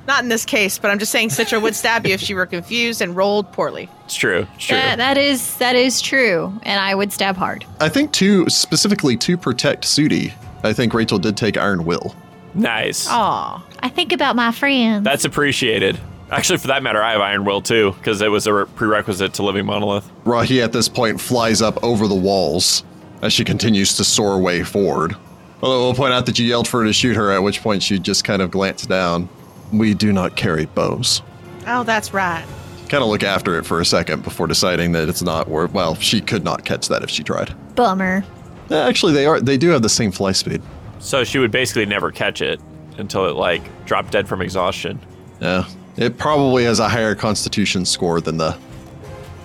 Speaker 3: Not in this case, but I'm just saying Citra would stab you if she were confused and rolled poorly.
Speaker 4: It's true. It's true.
Speaker 5: That, that is that is true, and I would stab hard.
Speaker 1: I think to specifically to protect Sudi, I think Rachel did take Iron Will.
Speaker 4: nice.
Speaker 3: Aw.
Speaker 5: I think about my friends.
Speaker 4: That's appreciated. Actually, for that matter, I have Iron Will too, because it was a re- prerequisite to Living Monolith.
Speaker 1: Rahi at this point flies up over the walls as she continues to soar way forward. Although we'll point out that you yelled for her to shoot her, at which point she just kind of glanced down. We do not carry bows.
Speaker 3: Oh, that's right.
Speaker 1: Kind of look after it for a second before deciding that it's not worth. Well, she could not catch that if she tried.
Speaker 5: Bummer.
Speaker 1: Uh, Actually, they are. They do have the same fly speed.
Speaker 4: So she would basically never catch it until it like dropped dead from exhaustion.
Speaker 1: Yeah, it probably has a higher Constitution score than the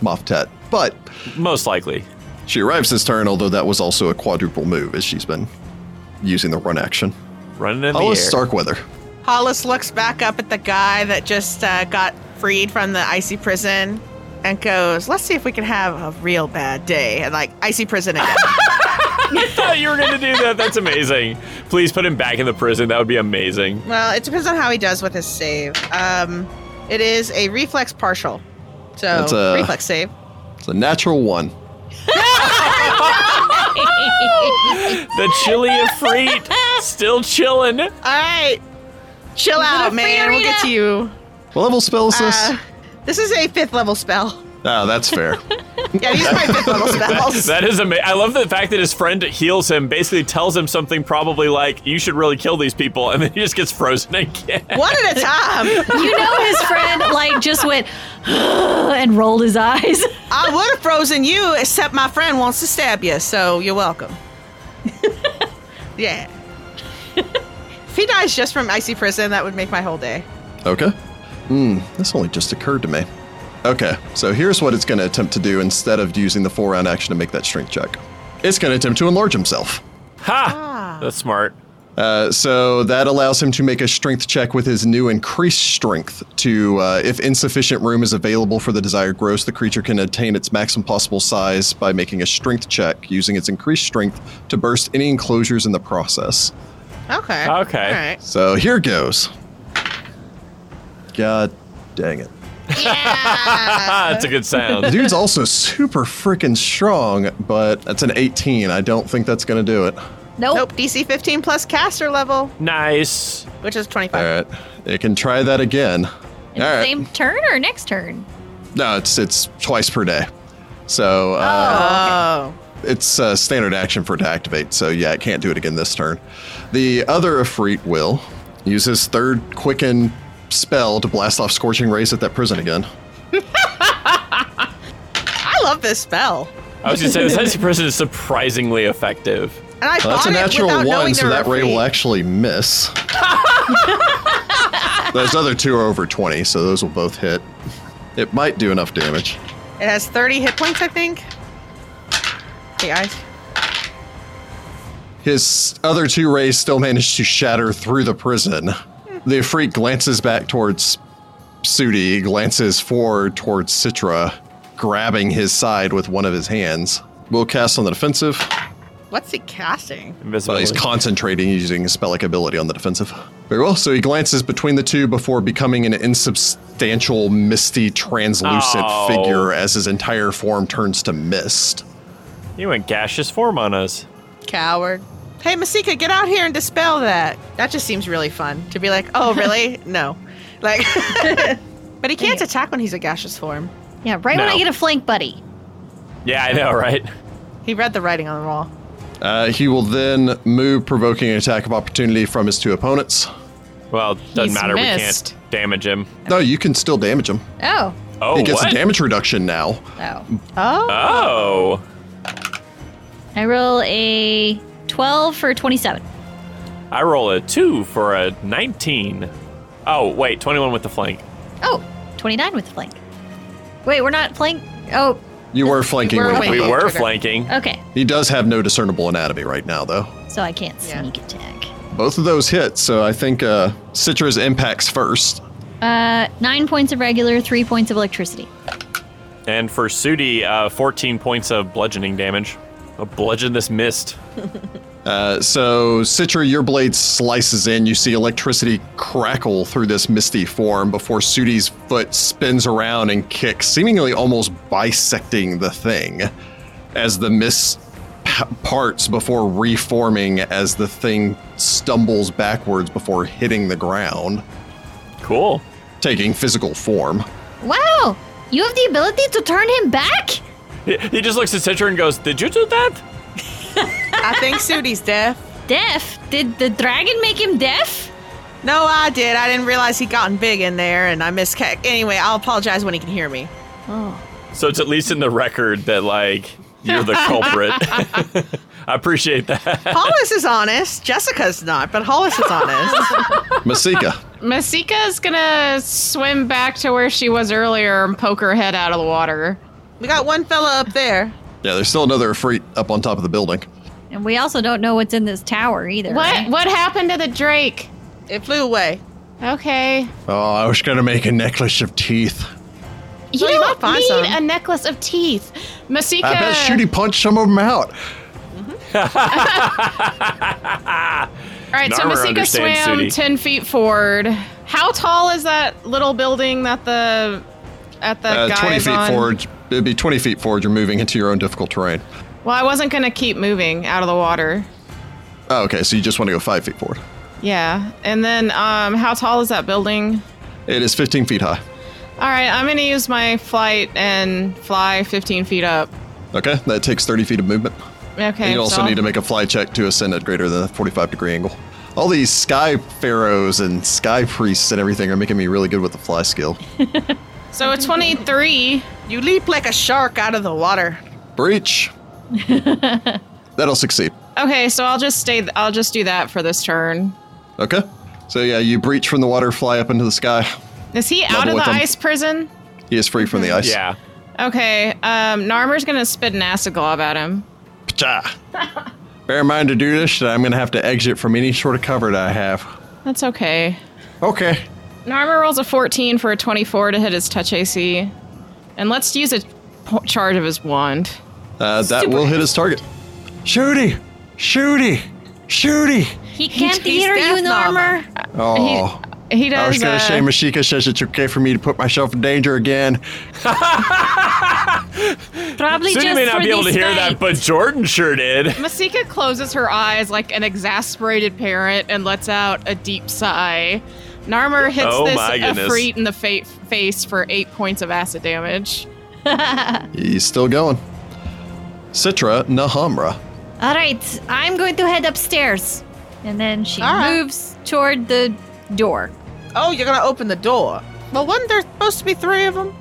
Speaker 1: Moftet, but
Speaker 4: Most likely.
Speaker 1: she arrives this turn. Although that was also a quadruple move, as she's been using the run action.
Speaker 4: Running in
Speaker 1: Oh,
Speaker 4: the air.
Speaker 1: it's Starkweather.
Speaker 3: Hollis looks back up at the guy that just uh, got freed from the icy prison and goes, Let's see if we can have a real bad day. And like, icy prison again.
Speaker 4: thought you were going to do that. That's amazing. Please put him back in the prison. That would be amazing.
Speaker 3: well, it depends on how he does with his save. Um, it is a reflex partial. So,
Speaker 1: That's a-
Speaker 3: reflex save.
Speaker 1: It's a natural one.
Speaker 4: The chili Efreet still chilling.
Speaker 3: All right. Chill out, man. We'll get to you.
Speaker 1: What level spell is this?
Speaker 3: Uh, this is a fifth level spell.
Speaker 1: ah, that's fair.
Speaker 3: Yeah, these are my fifth level spells.
Speaker 4: That is amazing. I love the fact that his friend heals him, basically tells him something probably like, you should really kill these people, and then he just gets frozen again.
Speaker 3: One at a time.
Speaker 5: You know his friend like just went and rolled his eyes.
Speaker 3: I would have frozen you, except my friend wants to stab you, so you're welcome. yeah. If he dies just from icy prison, that would make my whole day.
Speaker 1: okay. Hmm, this only just occurred to me. Okay, so here's what it's going to attempt to do instead of using the four round action to make that strength check. It's going to attempt to enlarge himself.
Speaker 6: Ah.
Speaker 4: Ha! That's smart.
Speaker 1: Uh, so that allows him to make a strength check with his new increased strength to, uh, if insufficient room is available for the desired gross, the creature can attain its maximum possible size by making a strength check using its increased strength to burst any enclosures in the process.
Speaker 3: Okay.
Speaker 4: Okay.
Speaker 3: All right.
Speaker 1: So here goes. God dang it.
Speaker 4: Ah, that's a good
Speaker 1: The
Speaker 4: sound.
Speaker 1: dude's also super freaking strong, but that's an 18. I don't think that's going to do it. All
Speaker 5: Nope.
Speaker 3: Nope. DC 15 plus caster level,
Speaker 4: nice.
Speaker 3: which is 25.
Speaker 1: right. It can try that again.
Speaker 5: In
Speaker 1: All
Speaker 5: the
Speaker 1: right.
Speaker 5: Same turn or next turn?
Speaker 1: No, it's it's twice per day. So uh,
Speaker 3: Oh.
Speaker 1: it's uh, standard action for it to activate. So yeah, it can't do it again this turn. The other Efreet will use his third quicken spell to blast off Scorching Rays at that prison again.
Speaker 3: I love this spell.
Speaker 4: I was going to say, this icy person is surprisingly effective.
Speaker 3: And I
Speaker 1: Well, that's
Speaker 3: bought
Speaker 1: a
Speaker 3: it
Speaker 1: natural
Speaker 3: without knowing
Speaker 1: one, so
Speaker 3: there
Speaker 1: that
Speaker 3: were
Speaker 1: ray
Speaker 3: free.
Speaker 1: will actually miss. Those other two are over 20, so those will both hit. It might do enough damage.
Speaker 3: It has 30 hit points, I think. The eyes.
Speaker 1: His other two rays still manage to shatter through the prison. The Efreet glances back towards Sudi, glances forward towards Citra, grabbing his side with one of his hands. Will cast on the defensive,
Speaker 3: What's he casting?
Speaker 1: but
Speaker 4: Invisible.
Speaker 1: he's concentrating using his spellic ability on the defensive. Very well. So he glances between the two before becoming an insubstantial, misty, translucent
Speaker 4: Oh.
Speaker 1: figure as his entire form turns to mist.
Speaker 4: He went gaseous form on us.
Speaker 3: Coward. Hey, Masika, get out here and dispel that. That just seems really fun to be like, oh, really? no. Like, but he can't attack when he's a gaseous form.
Speaker 5: Yeah, right when
Speaker 4: No.
Speaker 5: I get a flank buddy.
Speaker 4: Yeah, I know, right?
Speaker 3: He read the writing on the wall.
Speaker 1: Uh, he will then move, provoking an attack of opportunity from his two opponents.
Speaker 4: Well, doesn't
Speaker 6: He's
Speaker 4: matter.
Speaker 6: missed.
Speaker 4: We can't damage him.
Speaker 1: No, you can still damage him.
Speaker 5: Oh.
Speaker 4: Oh,
Speaker 1: he gets
Speaker 4: what?
Speaker 1: a damage reduction now.
Speaker 5: Oh.
Speaker 3: Oh,
Speaker 4: Oh.
Speaker 5: I roll a 12 for 27.
Speaker 4: I roll a 2 for a 19. Oh, wait, 21 with the flank.
Speaker 5: Oh, 29 with the flank. Wait, we're not flank. Oh,
Speaker 1: You were flanking.
Speaker 3: were
Speaker 1: when he
Speaker 3: waiting.
Speaker 4: We
Speaker 1: provoked.
Speaker 4: were
Speaker 3: trigger.
Speaker 4: flanking.
Speaker 5: okay.
Speaker 1: He does have no discernible anatomy right now, though.
Speaker 5: So I can't
Speaker 3: Yeah.
Speaker 5: sneak attack.
Speaker 1: Both of those hit, so I think uh, Citra's impacts first.
Speaker 5: Uh, nine points of regular, three points of electricity.
Speaker 4: And for Sudi, uh, 14 points of bludgeoning damage. I'll bludgeon this mist.
Speaker 1: Uh, so, Citra, your blade slices in. You see electricity crackle through this misty form before Sudi's foot spins around and kicks, seemingly almost bisecting the thing as the mist p- parts before reforming as the thing stumbles backwards before hitting the ground,
Speaker 4: Cool.
Speaker 1: taking physical form.
Speaker 5: Wow! You have the ability to turn him back?
Speaker 4: He, he just looks at Citra and goes, "Did you do that?"
Speaker 3: I think Sudi's deaf.
Speaker 5: Deaf? Did the dragon make him deaf?
Speaker 3: No, I did. I didn't realize he'd gotten big in there, and I missed. Ca- anyway, I'll apologize when he can hear me.
Speaker 4: So it's at least in the record that like you're the culprit. I appreciate that.
Speaker 3: Hollis is honest. Jessica's not, but Hollis is honest.
Speaker 1: Masika.
Speaker 6: Masika is gonna swim back to where she was earlier and poke her head out of the water.
Speaker 3: we got one fella up there.
Speaker 1: Yeah, there's still another Efreet up on top of the building.
Speaker 5: And we also don't know what's in this tower either.
Speaker 6: What
Speaker 5: right?
Speaker 6: what happened to the Drake?
Speaker 3: It flew away.
Speaker 6: Okay.
Speaker 1: Oh, I was gonna make a necklace of teeth.
Speaker 6: You
Speaker 3: Well, you might
Speaker 6: don't
Speaker 3: find
Speaker 6: need
Speaker 3: some.
Speaker 6: a necklace of teeth. Masika
Speaker 1: I bet Shooty punched some of them out.
Speaker 6: All right, so
Speaker 4: Narmer
Speaker 6: Masika
Speaker 4: understands
Speaker 6: swam
Speaker 4: Sudi.
Speaker 6: ten feet forward. How tall is that little building that the at the
Speaker 1: Uh,
Speaker 6: guy
Speaker 1: 20
Speaker 6: is
Speaker 1: feet
Speaker 6: on?
Speaker 1: forward. It'd be 20 feet forward. You're moving into your own difficult terrain.
Speaker 6: Well, I wasn't gonna keep moving out of the water.
Speaker 1: Oh, okay, so you just want to go five feet forward.
Speaker 6: Yeah, and then um, how tall is that building?
Speaker 1: It is 15 feet high.
Speaker 6: All right, I'm gonna use my flight and fly 15 feet up.
Speaker 1: Okay, that takes 30 feet of movement.
Speaker 6: Okay.
Speaker 1: and you also
Speaker 6: so-
Speaker 1: need to make a fly check to ascend at greater than a 45 degree angle. All these sky pharaohs and sky priests and everything are making me really good with the fly skill.
Speaker 6: So a 23.
Speaker 3: You leap like a shark out of the water.
Speaker 1: Breach. That'll succeed.
Speaker 6: Okay, so I'll just stay. I'll just do that for this turn.
Speaker 1: Okay. So yeah, you breach from the water, fly up into the sky.
Speaker 6: Is he out
Speaker 1: Level
Speaker 6: of
Speaker 1: with
Speaker 6: the
Speaker 1: him.
Speaker 6: ice prison?
Speaker 1: He is free from the ice.
Speaker 4: Yeah.
Speaker 6: Okay. Um, Narmer's gonna spit an acid glob at him.
Speaker 1: Pcha. Bear in mind to do this, that I'm going to have to exit from any sort of cover that I have.
Speaker 6: That's okay.
Speaker 1: Okay.
Speaker 6: Narmer rolls a 14 for a 24 to hit his touch AC, and let's use a po- charge of his wand.
Speaker 1: Uh, that will hit his target. Shooty! Shooty! Shooty!
Speaker 5: He can't
Speaker 3: he's
Speaker 5: hear you
Speaker 3: deaf
Speaker 5: in
Speaker 3: now,
Speaker 5: armor.
Speaker 1: Oh.
Speaker 6: He does.
Speaker 1: I was going
Speaker 6: uh,
Speaker 1: to say, Mashika says it's okay for me to put myself in danger again.
Speaker 5: Probably
Speaker 4: Sudi
Speaker 5: just
Speaker 4: may not
Speaker 5: for
Speaker 4: be able to
Speaker 5: these
Speaker 4: hear
Speaker 5: guys.
Speaker 4: that, but Jordan sure did.
Speaker 6: Masika closes her eyes like an exasperated parent and lets out a deep sigh. Narmer hits
Speaker 4: Oh
Speaker 6: this
Speaker 4: my goodness.
Speaker 6: Efreet in the fa- face for eight points of acid damage.
Speaker 1: He's still going. Citra Nahamra.
Speaker 5: All right, I'm going to head upstairs. And then she
Speaker 3: All right.
Speaker 5: moves toward the door.
Speaker 3: Oh, you're gonna open the door. Well, wasn't there supposed to be three of them?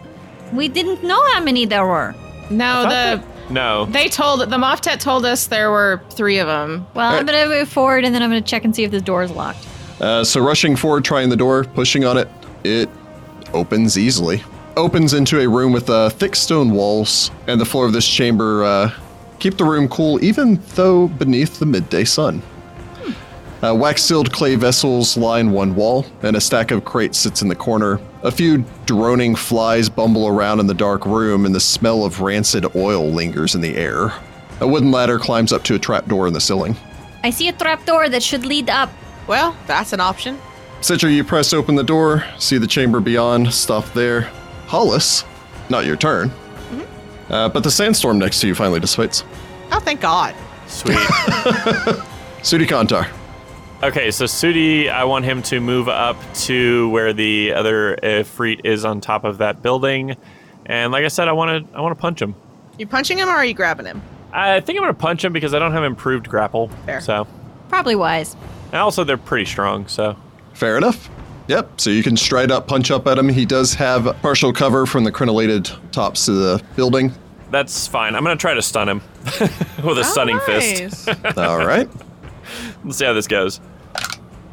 Speaker 5: We didn't know how many there were. Oh,
Speaker 6: No, the
Speaker 4: No.
Speaker 6: they told the Moftet told us there were three of them.
Speaker 5: Well,
Speaker 1: All
Speaker 4: Uh,
Speaker 5: I'm going to move forward and then I'm going to check and see if the door is locked.
Speaker 1: Uh, so rushing forward, trying the door, pushing on it, it opens easily. Opens into a room with uh, thick stone walls, and the floor of this chamber uh, keep the room cool, even though beneath the midday sun. Uh, wax sealed clay vessels line one wall, and a stack of crates sits in the corner. A few droning flies bumble around in the dark room, and the smell of rancid oil lingers in the air. A wooden ladder climbs up to a trapdoor in the ceiling.
Speaker 5: I see a trapdoor that should lead up.
Speaker 3: Well, that's an option.
Speaker 1: Citra, you press open the door, see the chamber beyond, stop there. Hollis, not your turn. Uh, but the sandstorm next to you finally dissipates.
Speaker 3: Oh, thank God.
Speaker 4: Sweet.
Speaker 1: Sudi Kantar.
Speaker 4: Okay, so Sudi, I want him to move up to where the other Ifrit is on top of that building, and like I said, I want to I want to punch him.
Speaker 3: You punching him or are you grabbing him?
Speaker 4: I think I'm gonna punch him because I don't have improved grapple.
Speaker 3: Fair.
Speaker 4: So,
Speaker 5: Probably wise.
Speaker 4: and also they're pretty strong. So,
Speaker 1: Fair enough. Yep, so you can stride up, punch up at him. He does have partial cover from the crenelated tops of the building.
Speaker 4: That's fine. I'm gonna try to stun him
Speaker 3: Oh,
Speaker 4: with a stunning fist.
Speaker 3: fist.
Speaker 1: All right.
Speaker 4: Let's see how this goes.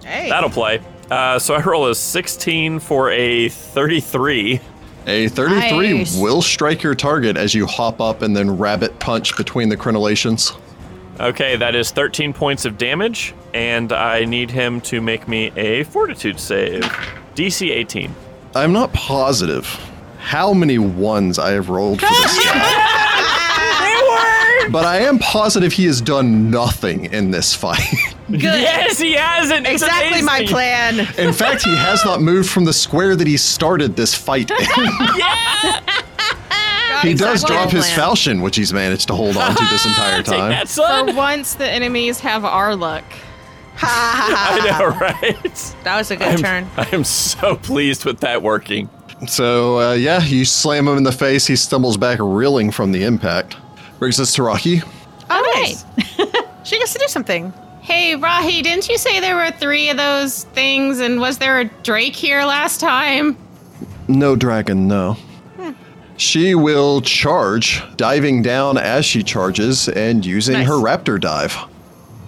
Speaker 3: hey,
Speaker 4: That'll play. Uh, so I roll a 16 for a 33.
Speaker 1: A 33
Speaker 5: Nice.
Speaker 1: will strike your target as you hop up and then rabbit punch between the crenelations.
Speaker 4: Okay, that is 13 points of damage, and I need him to make me a Fortitude save, DC 18.
Speaker 1: I'm not positive how many ones I have rolled for this.
Speaker 4: It
Speaker 1: But I am positive he has done nothing in this fight.
Speaker 4: Yes, he hasn't. It's
Speaker 3: exactly my
Speaker 4: amazing.
Speaker 3: plan.
Speaker 1: In fact, he has not moved from the square that he started this fight in. he does
Speaker 3: exactly
Speaker 1: drop
Speaker 3: my
Speaker 1: his
Speaker 3: plan.
Speaker 1: falchion, which he's managed to hold on to this entire
Speaker 4: Take
Speaker 1: time.
Speaker 4: that, son.
Speaker 6: For once, the enemies have our luck.
Speaker 3: Ha, ha, ha,
Speaker 4: I
Speaker 3: ha.
Speaker 4: know, right?
Speaker 3: That was a good Oh, turn.
Speaker 4: I'm, I'm so pleased with that working.
Speaker 1: So, uh, yeah, you slam him in the face. He stumbles back, reeling from the impact. Brings us to Rocky.
Speaker 3: All right. she gets to do something.
Speaker 6: Hey, Rahi, didn't you say there were three of those things? And was there a Drake here last time?
Speaker 1: No dragon, no. She will charge, diving down as she charges and using her raptor dive,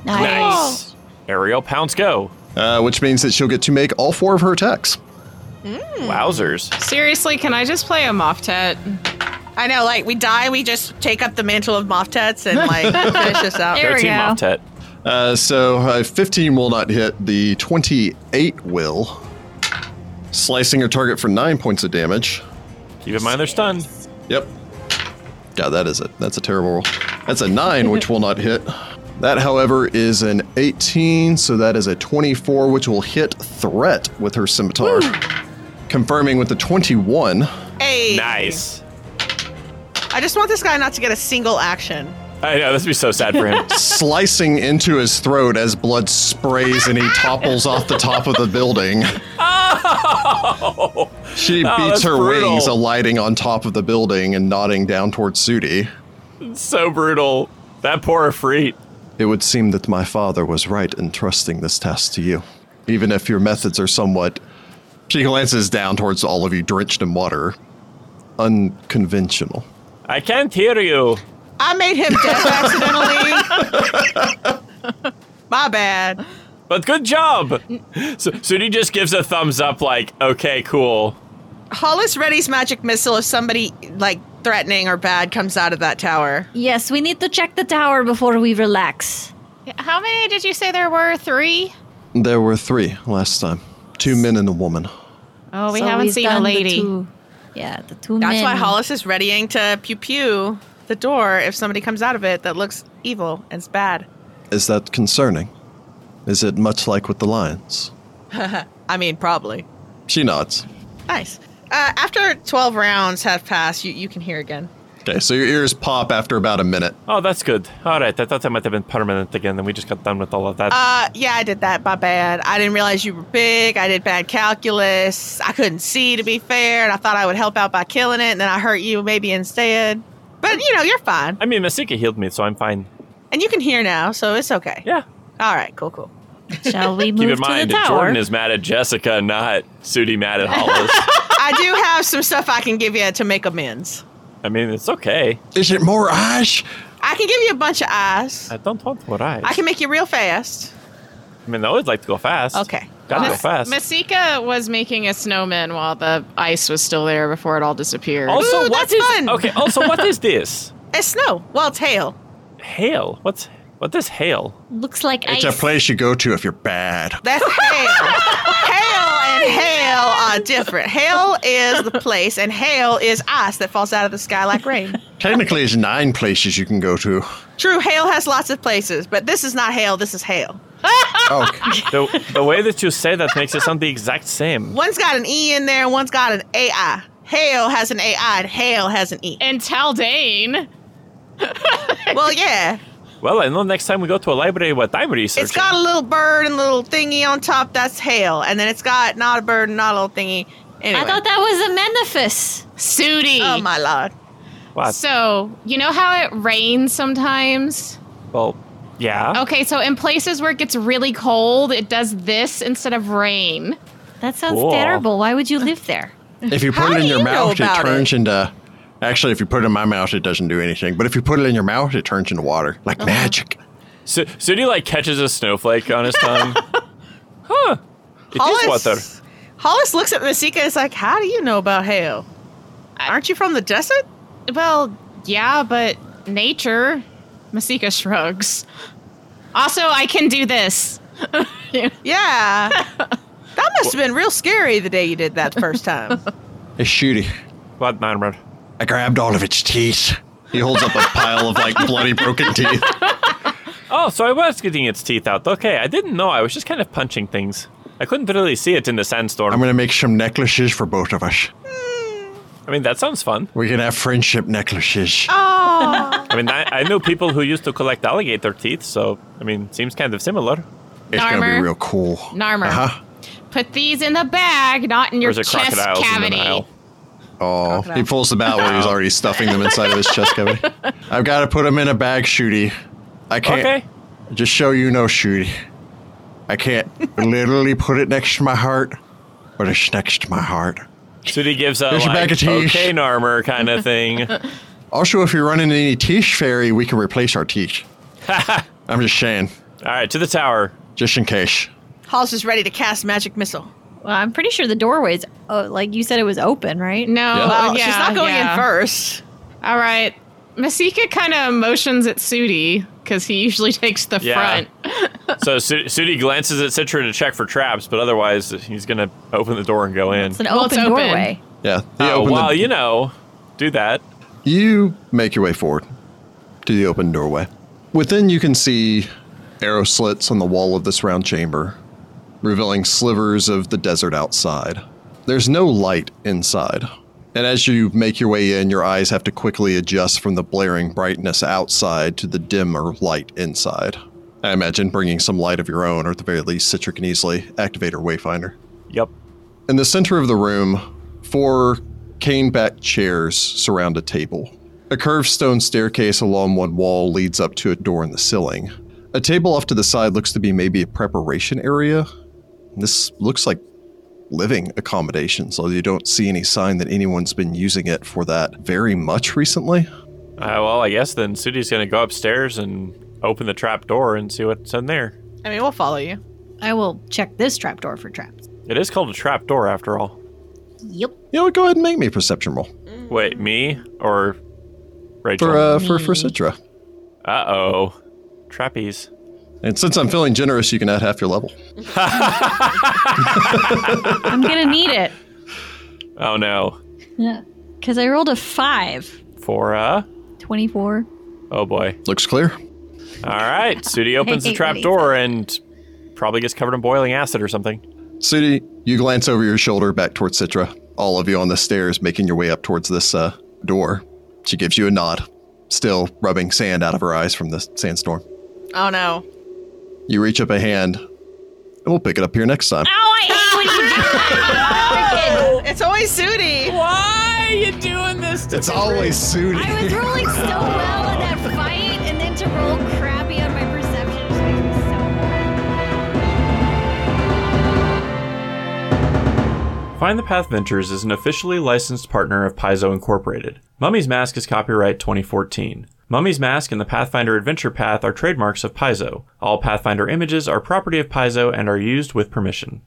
Speaker 4: Nice. Ariel Pounce go.
Speaker 1: uh, which means that she'll get to make all four of her attacks.
Speaker 5: Hmm.
Speaker 4: Wowzers.
Speaker 6: Seriously, can I just play a Moftet?
Speaker 3: I know, like we die, we just take up the mantle of Moftet's and like finish this out.
Speaker 5: There
Speaker 4: go
Speaker 5: we
Speaker 4: team
Speaker 5: go.
Speaker 4: Moftet.
Speaker 1: Uh, so uh, 15 will not hit, the 28 will, slicing her target for nine points of damage.
Speaker 4: Keep in mind they're stunned.
Speaker 1: Yep. God, that is it. That's a terrible roll. That's a nine, which will not hit. That, however, is an 18, so that is a 24, which will hit threat with her scimitar. Confirming with the 21.
Speaker 3: Hey,
Speaker 4: Nice.
Speaker 3: I just want this guy not to get a single action.
Speaker 4: I know this would be so sad for him.
Speaker 1: Slicing into his throat as blood sprays and he topples off the top of the building.
Speaker 4: oh,
Speaker 1: She
Speaker 4: Oh,
Speaker 1: beats
Speaker 4: that's
Speaker 1: her
Speaker 4: brutal.
Speaker 1: wings, alighting on top of the building and nodding down towards Sudi.
Speaker 4: so brutal. That poor Afreet.
Speaker 1: It would seem that my father was right in trusting this task to you, even if your methods are somewhat. She glances down towards all of you, drenched in water. Unconventional.
Speaker 4: I can't hear you.
Speaker 3: I made him deaf accidentally. My bad.
Speaker 4: But good job. So, Sudi just gives a thumbs up, like, okay, cool.
Speaker 3: Hollis readies magic missile if somebody like threatening or bad comes out of that tower.
Speaker 5: Yes, we need to check the tower before we relax.
Speaker 6: How many did you say there were? Three?
Speaker 1: There were three last time two men and a woman.
Speaker 6: Oh, we
Speaker 5: So
Speaker 6: haven't
Speaker 5: we've
Speaker 6: seen a
Speaker 5: done the
Speaker 6: lady.
Speaker 5: two- Yeah, the two
Speaker 3: That's
Speaker 5: men.
Speaker 3: why Hollis is readying to pew pew the door if somebody comes out of it that looks evil and is bad.
Speaker 1: Is that concerning? Is it much like with the lions?
Speaker 3: I mean, probably.
Speaker 1: She nods.
Speaker 3: Nice. Uh, after 12 rounds have passed, you, you can hear again.
Speaker 1: Okay, so your ears pop after about a minute.
Speaker 4: Oh, that's good. All right, I thought that might have been permanent again, then we just got done with all of that.
Speaker 3: Uh, yeah, I did that. My bad. I didn't realize you were big. I did bad calculus. I couldn't see, to be fair, and I thought I would help out by killing it, and then I hurt you maybe instead. But, you know, you're fine.
Speaker 4: I mean, Masika healed me, so I'm fine.
Speaker 3: And you can hear now, so it's okay.
Speaker 4: Yeah.
Speaker 3: All right, cool, cool.
Speaker 5: Shall we move
Speaker 4: Keep in
Speaker 5: to
Speaker 4: mind,
Speaker 5: the tower?
Speaker 4: Jordan is mad at Jessica, not Sudi mad at Hollis.
Speaker 3: I do have some stuff I can give you to make amends.
Speaker 4: I mean, it's okay.
Speaker 1: Is it more ash?
Speaker 3: I can give you a bunch of eyes.
Speaker 4: I don't want to rise.
Speaker 3: I can make you real fast.
Speaker 4: I mean, I always like to go fast.
Speaker 3: Okay.
Speaker 4: Gotta go
Speaker 6: Mas-
Speaker 4: fast.
Speaker 6: Masika was making a snowman while the ice was still there before it all disappeared.
Speaker 4: also,
Speaker 3: Ooh,
Speaker 4: what
Speaker 3: that's
Speaker 4: is
Speaker 3: fun.
Speaker 4: okay? Also, what is this?
Speaker 3: It's snow. Well, it's hail.
Speaker 4: Hail. What's what is hail?
Speaker 5: Looks like
Speaker 1: It's a
Speaker 5: ice.
Speaker 1: place you go to if you're bad.
Speaker 3: That's hail. hail and hail are different. Hail is the place, and hail is ice that falls out of the sky like rain.
Speaker 1: Technically, it's nine places you can go to.
Speaker 3: True, hail has lots of places, but this is not hail. This is hail.
Speaker 1: Oh,
Speaker 4: The, the way that you say that makes it sound the exact same.
Speaker 3: One's got an E in there, and one's got an AI. Hail has an AI, and hail has an E.
Speaker 6: and Taldane.
Speaker 3: Well, yeah.
Speaker 4: Well, I know next time we go to a library what I'm researching.
Speaker 3: It's got a little bird and a little thingy on top. That's hail. And then it's got not a bird and not a little thingy. Anyway.
Speaker 5: I thought that was a manifest.
Speaker 6: Sudi.
Speaker 3: oh, my Lord.
Speaker 4: What?
Speaker 6: So, you know how it rains sometimes?
Speaker 4: well,
Speaker 3: Oh.
Speaker 4: yeah.
Speaker 6: Okay, so in places where it gets really cold, it does this instead of rain.
Speaker 5: That sounds
Speaker 4: Cool.
Speaker 5: terrible. Why would you live there?
Speaker 1: If you
Speaker 3: How
Speaker 1: put it
Speaker 3: do
Speaker 1: in your
Speaker 3: you know
Speaker 1: mouth, it
Speaker 3: about
Speaker 1: turns into. Actually, if you put it in my mouth, it doesn't do anything. But if you put it in your mouth, it turns into water, like
Speaker 3: Uh-huh.
Speaker 1: magic.
Speaker 4: So, Sudi like catches a snowflake on his tongue. huh? It is water.
Speaker 3: Hollis looks at Masika and is like, How do you know about hail? Aren't you from the desert?
Speaker 6: Well, yeah, but nature. Masika shrugs. Also, I can do this.
Speaker 3: Yeah. that must have been real scary the day you did that the first time.
Speaker 1: It's shooty.
Speaker 4: What man?
Speaker 1: I grabbed all of its teeth. He holds up a pile of like bloody broken teeth.
Speaker 4: Oh, so I was getting its teeth out. Okay, I didn't know. I was just kind of punching things. I couldn't really see it in the sandstorm.
Speaker 1: I'm gonna make some necklaces for both of us.
Speaker 4: I mean, that sounds fun.
Speaker 1: We're gonna have friendship necklaces.
Speaker 3: Oh,
Speaker 4: I mean, I, I know people who used to collect alligator teeth, so I mean, seems kind of similar.
Speaker 1: it's gonna be
Speaker 6: Narmer.
Speaker 1: real cool.
Speaker 6: Narmer.
Speaker 1: Uh-huh.
Speaker 6: Put these in the bag, not in your
Speaker 4: There's a
Speaker 6: chest
Speaker 4: crocodiles in
Speaker 6: cavity.
Speaker 4: the Nile.
Speaker 1: Oh, he pulls them out when he's already stuffing them inside of his chest cavity. I've got to put them in a bag, Shooty. I can't
Speaker 4: Okay.
Speaker 1: just show you no Shooty. I can't literally put it next to my heart, but it's next to my heart.
Speaker 4: Sudi gives a
Speaker 1: There's your
Speaker 4: like,
Speaker 1: bag of teeth.
Speaker 4: cocaine armor kind of thing.
Speaker 1: Also, if you run into any teeth fairy, we can replace our teeth. I'm just saying,
Speaker 4: All right, to the tower.
Speaker 1: just in case.
Speaker 3: Halls is ready to cast magic missile.
Speaker 5: Well, I'm pretty sure the doorway's oh, like you said it was open, right?
Speaker 6: No, uh,
Speaker 1: Yeah.
Speaker 3: Well,
Speaker 6: Oh, yeah,
Speaker 3: she's not going
Speaker 6: yeah.
Speaker 3: in first.
Speaker 6: All right. Masika kind of motions at Sudi because he usually takes the
Speaker 4: Yeah.
Speaker 6: front.
Speaker 4: So Su- Sudi glances at Citra to check for traps, but otherwise he's gonna open the door and go in.
Speaker 5: It's an
Speaker 6: Well, it's
Speaker 5: open
Speaker 6: open.
Speaker 5: doorway.
Speaker 1: Yeah. he
Speaker 4: Oh,
Speaker 1: opened the-
Speaker 4: well, you know, do that.
Speaker 1: You make your way forward to the open doorway. Within, you can see arrow slits on the wall of this round chamber, revealing slivers of the desert outside. There's no light inside. And as you make your way in, your eyes have to quickly adjust from the blaring brightness outside to the dimmer light inside. I imagine bringing some light of your own, or at the very least, Citra can easily activate her Wayfinder.
Speaker 4: Yep.
Speaker 1: In the center of the room, four cane back chairs surround a table. A curved stone staircase along one wall leads up to a door in the ceiling. A table off to the side looks to be maybe a preparation area. This looks like living accommodations, although you don't see any sign that anyone's been using it for that very much recently.
Speaker 4: Uh, well, I guess then Sudi's gonna go upstairs and open the trap door and see what's in there.
Speaker 3: I mean, we'll follow you.
Speaker 5: I will check this trapdoor for traps.
Speaker 4: It is called a trap door after all.
Speaker 5: Yep.
Speaker 1: You know, what, go ahead and make me a perception roll
Speaker 4: Wait, me or Rachel?
Speaker 1: for uh, for for Citra.
Speaker 4: Uh oh, trapeze.
Speaker 1: And since I'm feeling generous, you can add half your level.
Speaker 5: I'm gonna need it.
Speaker 4: Oh no,
Speaker 5: Yeah. Cause I rolled a five.
Speaker 4: for uh,
Speaker 5: 24.
Speaker 4: oh boy.
Speaker 1: Looks clear.
Speaker 4: All right, Sudi opens the
Speaker 5: hate
Speaker 4: trap
Speaker 5: when he
Speaker 4: door and probably gets covered in boiling acid or something.
Speaker 1: Sudi, you glance over your shoulder back towards Citra. All of you on the stairs making your way up towards this uh, door. She gives you a nod, still rubbing sand out of her eyes from the sandstorm.
Speaker 3: Oh no.
Speaker 1: You reach up a hand, and we'll pick it up here next time.
Speaker 6: Oh.
Speaker 3: It's always Sudi.
Speaker 6: Why are you doing this to
Speaker 1: It's always Sudi.
Speaker 5: I was rolling so well in that fight, and then to roll crappy on my perception just makes me so mad.
Speaker 4: Find the Path Ventures is an officially licensed partner of Paizo Incorporated. Mummy's Mask is copyright 2014. Mummy's Mask and the Pathfinder Adventure Path are trademarks of Paizo. All Pathfinder images are property of Paizo and are used with permission.